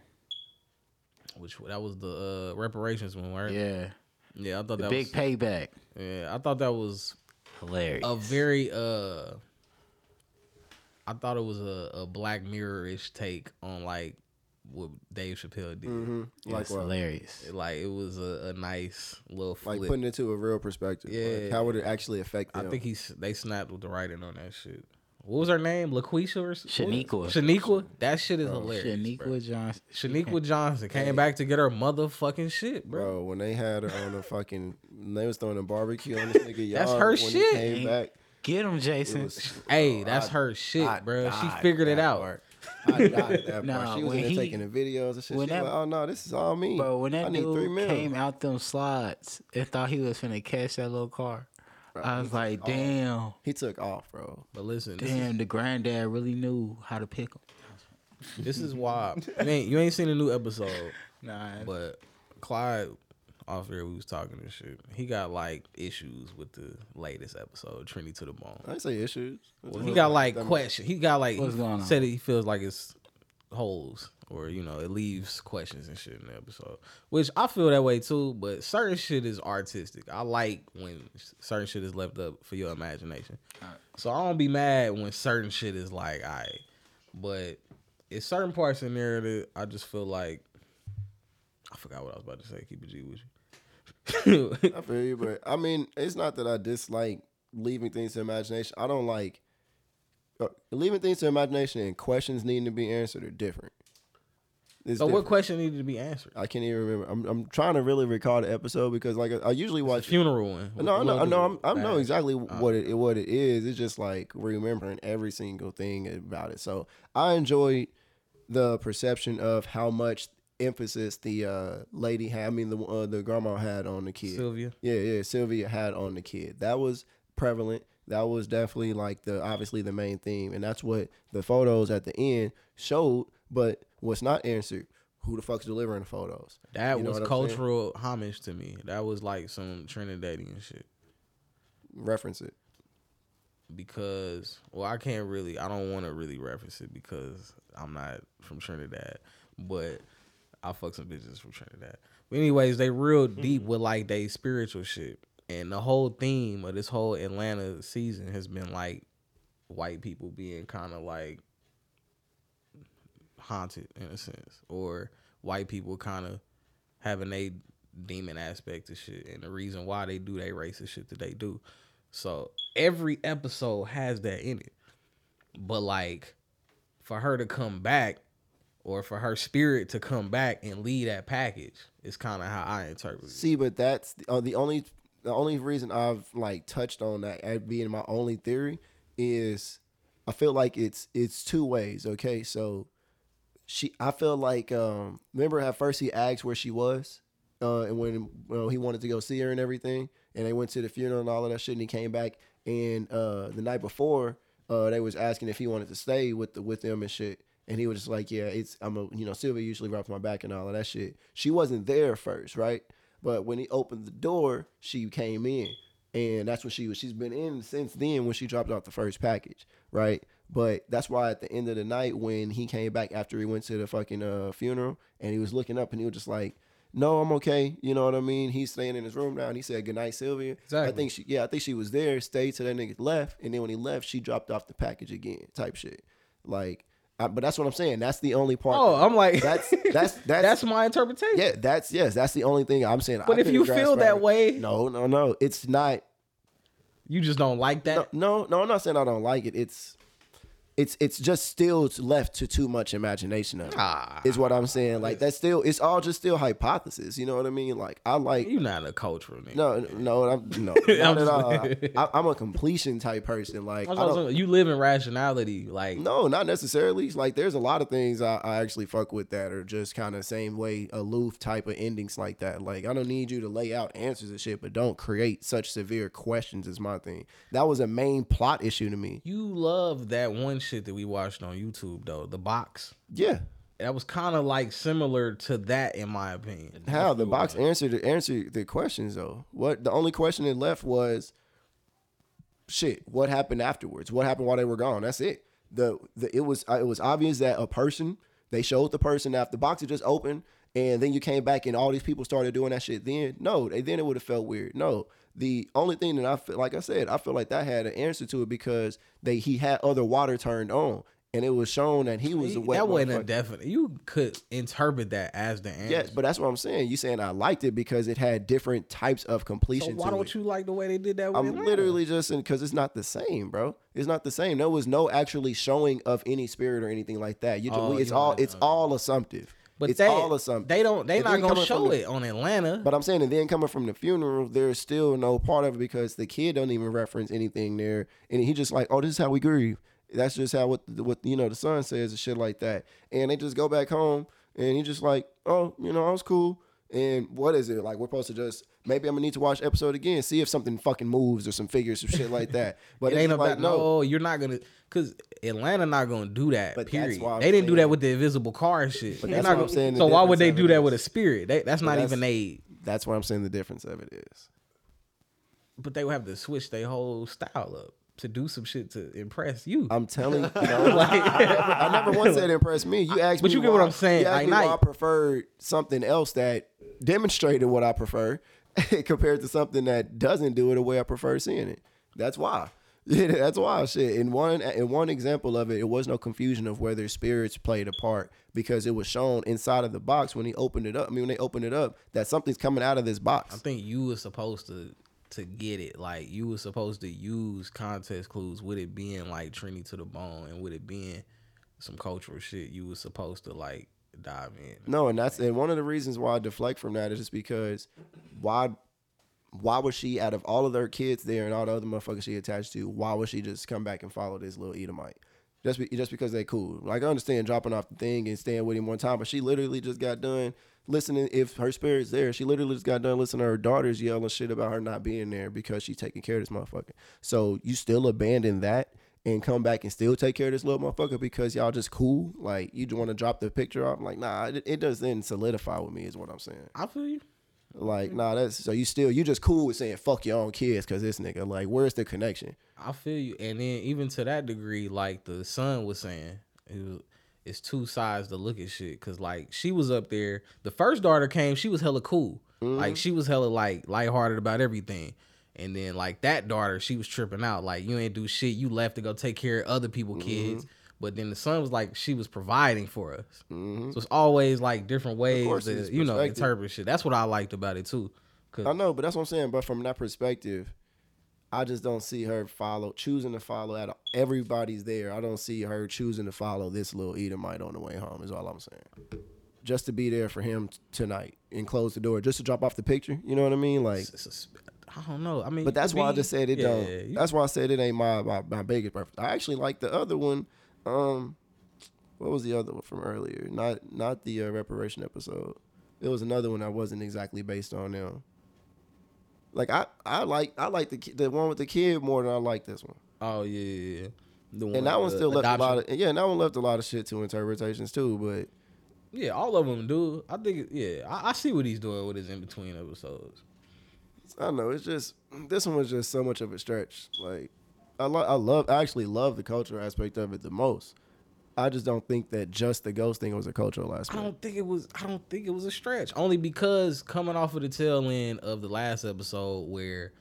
D: Which that was the uh, reparations one, right?
F: Yeah,
D: Yeah, I thought that
F: the big
D: was.
F: payback.
D: yeah, I thought that was
F: Hilarious.
D: a very uh I thought it was a, a Black Mirror ish take on like what Dave Chappelle did.
F: Mm-hmm.
E: Like
D: Mm-hmm.
F: It's hilarious.
D: Like it was a, a nice little
E: like
D: flip.
E: putting it to a real perspective.
D: Yeah.
E: Like, how would it actually affect
D: I
E: them?
D: think he's they snapped with the writing on that shit. What was her name? LaQuisha or s-
F: Shaniqua.
D: Shaniqua. That shit is hilarious. bro.
F: Shaniqua Johnson.
D: Shaniqua Johnson came back to get her motherfucking shit, bro.
E: bro, when they had her on the fucking, they was throwing a barbecue on this nigga.
D: That's
E: yard
D: her
E: when
D: shit.
E: He came back.
F: Get him, Jason.
D: Hey, that's her shit,
E: I
D: bro. She
E: died
D: figured it
E: that
D: out.
E: part. I died at that
F: Nah,
E: part. She was
F: when
E: in there
F: he-
E: taking the videos and shit. She
F: when
E: was
F: that-
E: like, oh no, this is all me.
F: Bro, when
E: I
F: that
E: need three
F: dude
E: mil.
F: came out them slides and thought he was finna catch that little car, I was like, damn,
E: He took off, bro.
D: But listen, this is,
F: damn, the granddad really knew how to pick him.
D: this is wild. you, ain't, you ain't seen the new episode,
F: Nah,
D: but Clyde off here we was talking and shit. He got like issues with the latest episode, Trinity to the Bone.
E: I ain't say issues.
D: He got like question. He got like
F: What's going on?
D: said he feels like it's holes or you know it leaves questions and shit in the episode, which I feel that way too. But certain shit is artistic. I like when certain shit is left up for your imagination. So I don't be mad when certain shit is like I, but it's certain parts in there that I just feel like I forgot what I was about to say. Keep it G with you.
E: I feel you, but I mean, it's not that I dislike leaving things to imagination. I don't like uh, leaving things to imagination and questions needing to be answered are different. It's
D: so what
E: different.
D: question needed to be answered?
E: I can't even remember. I'm, I'm trying to really recall the episode because like I, I usually watch.
D: Funeral one.
E: No, I
D: We'll
E: know, I
D: do
E: know,
D: it.
E: I'm, I know
D: Alright.
E: exactly what it what it is. It's just like remembering every single thing about it. So I enjoy the perception of how much emphasis the uh, lady had. I mean, the uh, the grandma had on the kid.
D: Sylvia.
E: Yeah, yeah. Sylvia had on the kid. That was prevalent. That was definitely like the obviously the main theme, and that's what the photos at the end showed. But what's not answered? Who the fuck's delivering the photos?
D: That
E: You know
D: was
E: what I'm saying?
D: cultural homage to me. That was like some Trinidadian shit.
E: Reference it.
D: Because, well, I can't really, I don't want to really reference it because I'm not from Trinidad, but I fuck some bitches from Trinidad. But, anyways, they real
E: Mm-hmm.
D: deep with like they spiritual shit. And the whole theme of this whole Atlanta season has been like white people being kind of like haunted in a sense, or white people kind of having a demon aspect to shit, and the reason why they do that racist shit that they do. So every episode has that in it, but like for her to come back, or for her spirit to come back and lead that package is kind of how I interpret it.
E: See, but that's the, uh, the only the only reason I've like touched on that as being my only theory is I feel like it's it's two ways. Okay, so she I feel like um remember at first he asked where she was uh and when you know, he wanted to go see her and everything and they went to the funeral and all of that shit and he came back and uh the night before uh they was asking if he wanted to stay with the with them and shit and he was just like yeah it's I'm a you know Sylvia usually wraps my back and all of that shit she wasn't there first right but when he opened the door she came in and that's what she was. She's been in since then when she dropped off the first package, right? But that's why at the end of the night when he came back after he went to the fucking uh, funeral and he was looking up and he was just like, "No, I'm okay." You know what I mean? He's staying in his room now and he said, "Good night, Sylvia." I
D: Exactly.
E: think she, yeah, I think she was there, stayed till that nigga left, and then when he left, she dropped off the package again, type shit. Like, I, but that's what I'm saying. That's the only part.
D: Oh,
E: that-
D: I'm like
E: that's that's that's
D: that's my interpretation.
E: yeah, that's yes, that's the only thing I'm saying.
D: But
E: I
D: if
E: couldn't
D: you
E: grasp
D: feel that
E: it.
D: way-
E: no, no, no, it's not.
D: You just don't like that.
E: No, no, no, I'm not saying I don't like it. It's it's it's just still left to too much imagination of it,
D: Ah.
E: is what I'm saying. Like that's still it's all just still hypothesis. You know what I mean? Like I like
D: You're not a cultural nigga.
E: no no I'm, no not at
D: just-
E: all. I, I'm a completion type person. Like I
D: I was about
E: don't,
D: to say, you live in rationality, like
E: no, not necessarily. It's Like there's a lot of things I, I actually fuck with that are just kind of same way aloof type of endings like that. Like I don't need you to lay out answers and shit, but don't create such severe questions is my thing. That was a main plot issue to me.
D: You love that one shit that we watched on YouTube though, the box.
E: Yeah.
D: That was kind of like similar to that in my opinion.
E: How the box answered the answer the questions though. What the only question it left was shit, what happened afterwards? What happened while they were gone? That's it. The, the it was uh, it was obvious that a person they showed the person after the box had just opened and then you came back and all these people started doing that shit then no they then it would have felt weird no the only thing that I feel like I said I feel like that had an answer to it because they he had other water turned on and it was shown that he was the wet
D: that wasn't a
E: motherfucker.
D: definite. You could interpret that as the answer.
E: Yes, but that's what I'm saying. You saying I liked it because it had different types of completion.
D: so why
E: to
D: don't
E: it.
D: you like the way they did that? With
E: I'm
D: Atlanta?
E: literally just in because it's not the same, bro. It's not the same. There was no actually showing of any spirit or anything like that. You just,
D: Oh,
E: we- it's
D: you
E: all
D: right.
E: it's all assumptive.
D: But
E: it's
D: that,
E: all assumptive.
D: They don't. They
E: And
D: not
E: then
D: gonna
E: coming from
D: show
E: the-
D: it on Atlanta.
E: but I'm saying, and then coming from the funeral, there's still no part of it because the kid don't even reference anything there, and he just like, oh, this is how we grieve. That's just how what what you know the son says and shit like that. And they just go back home, and he just like, oh, you know, I was cool. And what is it like? We're supposed to just maybe I'm gonna need to watch the episode again, see if something fucking moves or some figures or shit like that. But
D: It
E: it's
D: ain't
E: just
D: about
E: like
D: no.
E: no.
D: You're not gonna because Atlanta not gonna do that.
E: But that's
D: period.
E: why I'm
D: they didn't do that
E: saying-
D: with the invisible car and shit.
E: But
D: They
E: that's
D: not
E: why I'm
D: gonna-
E: saying the
D: So why would
E: difference
D: they
E: of
D: do
E: it
D: that
E: is-
D: with a spirit? They, that's not
E: that's-
D: even a.
E: That's why I'm saying the difference of it is.
D: But they would have to switch their whole style up to do some shit to impress you.
E: I'm telling you, no, I never once said impress me. You asked
D: But
E: me
D: you get what
E: why-
D: I'm saying,
E: You asked
D: like,
E: me why
D: not-
E: I preferred something else that demonstrated what I prefer compared to something that doesn't do it the way I prefer seeing it. That's why. Yeah, that's why shit. In one in one example of it, it was no confusion of whether spirits played a part because it was shown inside of the box when he opened it up. I mean, when they opened it up, that something's coming out of this box.
D: I think you were supposed to to get it. Like you were supposed to use contest clues with it being like Trini to the bone and with it being some cultural shit. You was supposed to like dive in.
E: No, and that's and one of the reasons why I deflect from that is just because why why was she out of all of their kids there and all the other motherfuckers she attached to, why would she just come back and follow this little Edomite? Just be, just because they cool. Like I understand dropping off the thing and staying with him one time, but she literally just got done listening if her spirit's there, she literally just got done listening to her daughters yelling shit about her not being there because she's taking care of this motherfucker. So you still abandon that and come back and still take care of this little motherfucker because y'all just cool. Like you want to drop the picture off. Like nah, it, it doesn't solidify with me is what I'm saying.
D: I feel you.
E: Like nah, that's so you still you just cool with saying fuck your own kids because this nigga. Like where's the connection?
D: I feel you. And then even to that degree, like the son was saying, it was, it's two sides to look at shit. Cause like she was up there. The first daughter came, she was hella cool.
E: Mm-hmm.
D: Like she was hella like lighthearted about everything. And then like that daughter, she was tripping out. Like you ain't do shit. You left to go take care of other people kids.
E: Mm-hmm.
D: But then the son was like she was providing for us. So it's always like different ways
E: Mm-hmm. course,
D: to
E: it's
D: you know
E: perspective.
D: interpret shit. That's what I liked about it too.
E: I know, but that's what I'm saying. But from that perspective, I just don't see her follow choosing to follow out of everybody's there. I don't see her choosing to follow this little Edomite on the way home. Is all I'm saying. Just to be there for him t- tonight and close the door, just to drop off the picture. You know what I mean? Like
D: It's- it's- I don't know. I mean,
E: But that's why I
D: me-
E: just said it
D: Yeah,
E: don't.
D: yeah, you-
E: That's why I said it ain't my, my my biggest preference. I actually like the other one. Um, what was the other one from earlier? Not not the uh, reparation episode. It was another one that wasn't exactly based on them. Like I I like I like the ki- the one with the kid more than I like this one.
D: Oh yeah, yeah, yeah. The one,
E: And that one
D: uh,
E: still left a
D: adoption.
E: lot of yeah, and that one left a lot of shit to interpretations too. But
D: yeah, all of them do. I think it- yeah, I, I see what he's doing with his in between episodes.
E: I don't know. It's just this one was just so much of a stretch. Like I lo- I love I actually love the cultural aspect of it the most. I just don't think that just the ghost thing was a cultural
D: I
E: aspect.
D: don't think it was. I don't think it was a stretch. Only because coming off of the tail end of the last episode where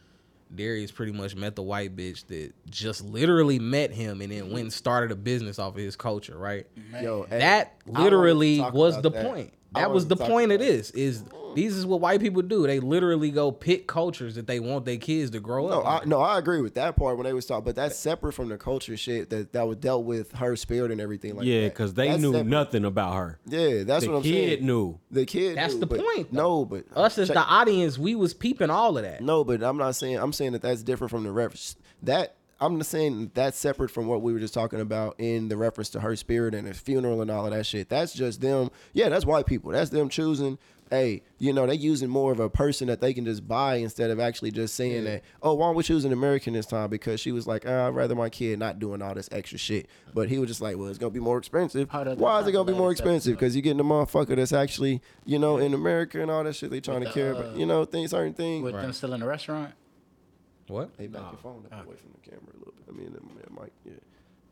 D: Darius pretty much met the white bitch that just literally met him and then
E: Mm-hmm.
D: went and started a business off of his culture, right?
E: Yo, hey,
D: That
E: Mm-hmm. I wanted
D: literally
E: to talk
D: was
E: about
D: the
E: that.
D: point.
E: I
D: That was
E: wanted
D: the
E: to talk
D: point of
E: about Mm-hmm.
D: this. Is these is what white people do? They literally go pick cultures that they want their kids to grow
E: No,
D: up.
E: I,
D: under.
E: no, I agree with that part when they was talking, but that's separate from the culture shit that that was dealt with her spirit and everything
D: Oh.
E: like
G: yeah,
E: that.
G: because they
E: That's
G: knew
E: separate.
G: nothing about her.
E: Yeah, that's
G: the
E: what I'm
G: kid
E: saying.
G: knew.
E: The kid.
D: That's
E: knew,
D: the
E: but-
D: point, though.
E: No, but
D: us as
E: check-
D: the audience, we was peeping all of that.
E: No, but I'm not saying I'm saying that that's different from the reference. That I'm just saying that's separate from what we were just talking about in the reference to her spirit and her funeral and all of that shit. That's just them. Yeah, that's white people. That's them choosing. Hey, you know, they using more of a person that they can just buy instead of actually just saying that, oh, why don't we choose an American this time? Because she was like, "Ah, I'd rather my kid not doing all this extra shit. But he was just like, well, it's going to be more expensive.
F: Hold up,
E: Why
F: that's
E: is it
F: not
E: going to
F: the
E: be more
F: latest
E: expensive?
F: episode.
E: Because you're getting a motherfucker that's actually, you know, in America and all that shit. They trying to
F: uh,
E: care about, you know, things, certain things.
F: With them still in the restaurant?
D: What?
E: Hey, back your phone
D: Ah.
E: up away from the camera a little bit. I mean, that mic, yeah.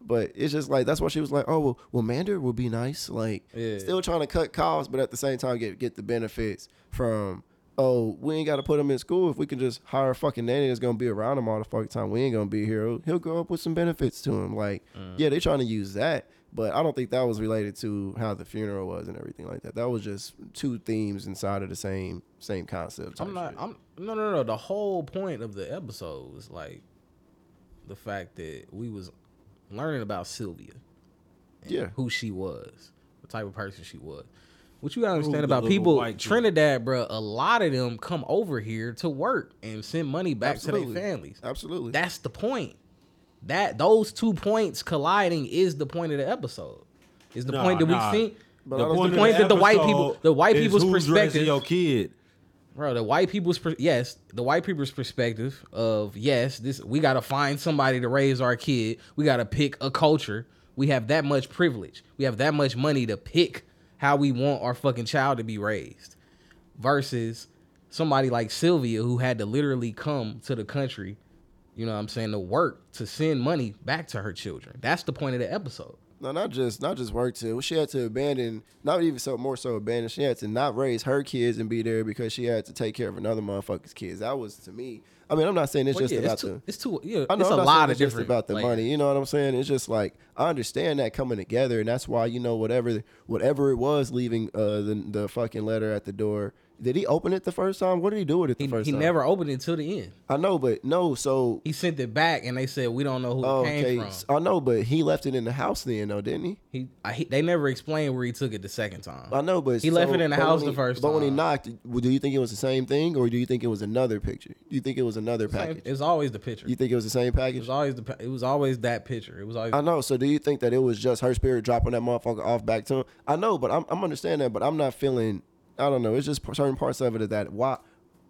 E: But it's just like that's why she was like, "Oh well, well, Mander will be nice." Like,
D: Yeah.
E: still trying to cut costs, but at the same time get get the benefits from. Oh, we ain't got to put him in school if we can just hire a fucking nanny that's gonna be around him all the fucking time. We ain't gonna be here. He'll- He'll grow up with some benefits to him. Like,
D: Mm.
E: yeah, they trying to use that, but I don't think that was related to how the funeral was and everything like that. That was just two themes inside of the same same concept.
D: I'm
E: type
D: not.
E: shit.
D: I'm no, no, no. The whole point of the episode was like the fact that we was learning about Sylvia, and
E: Yeah.
D: who she was, the type of person she was. What you gotta understand
G: the
D: about
G: little
D: people
G: white dude.
D: Trinidad, bruh, A lot of them come over here to work and send money back to
E: Absolutely.
D: their families.
E: Absolutely.
D: That's the point. That those two points colliding is the point of the episode. Is the
G: Nah,
D: point that
G: nah.
D: we seen.
E: But I don't
D: the
E: think
D: point that the white
G: episode
D: people, the white
G: is
D: people's
G: who's raising
D: perspective,
G: your kid.
D: bro. The white people's per- yes, the white people's perspective of yes, this we gotta find somebody to raise our kid. We gotta pick a culture. We have that much privilege. We have that much money to pick how we want our fucking child to be raised. Versus somebody like Sylvia who had to literally come to the country, you know what I'm saying, to work to send money back to her children. That's the point of the episode.
E: No, not just not just work to. She had to abandon, not even so more so abandon. She had to not raise her kids and be there because she had to take care of another motherfucker's kids. That was to me. I mean, I'm not saying it's
D: Well,
E: just
D: yeah,
E: about
D: it's, too,
E: the.
D: it's too yeah,
E: I know
D: it's
E: I'm
D: a
E: not
D: lot
E: saying
D: of
E: it's just
D: different
E: about the
D: like,
E: money. You know what I'm saying? It's just like I understand that coming together, and that's why you know whatever whatever it was leaving uh the the fucking letter at the door. Did he open it the first time? What did he do with it the
D: He,
E: first
D: he
E: time?
D: never opened it until the end.
E: I know, but no. So
D: He sent it back, and they said we don't know who
E: oh,
D: it came
E: okay,
D: from.
E: I know, but he left it in the house then, though, didn't he?
D: He, I, he they never explained where he took it the second time.
E: I know, but
D: He left it in the
E: but
D: house
E: when
D: the
E: he-
D: first
E: But when he
D: time.
E: knocked, well, do you think it was the same thing, or do you think it was another picture? Do you think it was another
D: Same-
E: package?
D: It's always the picture.
E: you think it was the same
D: It
E: package?
D: was always the. pa- It was always that picture. It was always.
E: I know. So do you think that it was just her spirit dropping that motherfucker off back to him? I know, but I'm I'm understanding that, but I'm not feeling. I don't know. It's just certain parts of it that why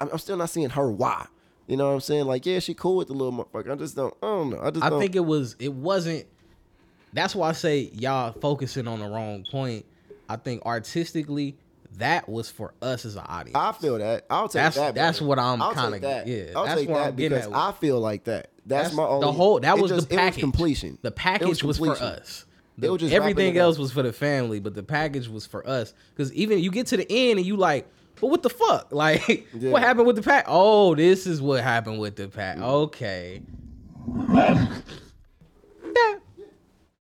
E: I'm, I'm still not seeing her why. You know what I'm saying? Like, yeah, she cool with the little motherfucker. I just don't. I don't know. I just.
D: I
E: don't,
D: think it was. It wasn't. That's why I say y'all focusing on the wrong point. I think artistically, that was for us as an audience.
E: I feel that. I'll take
D: That's-
E: that. bro.
D: that's what I'm
E: I'll take
D: kinda-
E: that.
D: yeah,
E: I'll
D: that's
E: take
D: where
E: that
D: I'm getting
E: because
D: at with
E: I feel like that. That's, my only
D: the whole. That
E: it
D: was
E: just-
D: the
E: it
D: package
E: completion.
D: The
E: It
D: package was, for
E: completion.
D: us.
E: They
D: The-
E: were just wrapping
D: everything
E: it up.
D: else was for the family, but the package was for us. Because even you get to the end and you like, but what the fuck? Like,
E: Yeah.
D: what happened with the pack? Oh, this is what happened with the pack. Okay.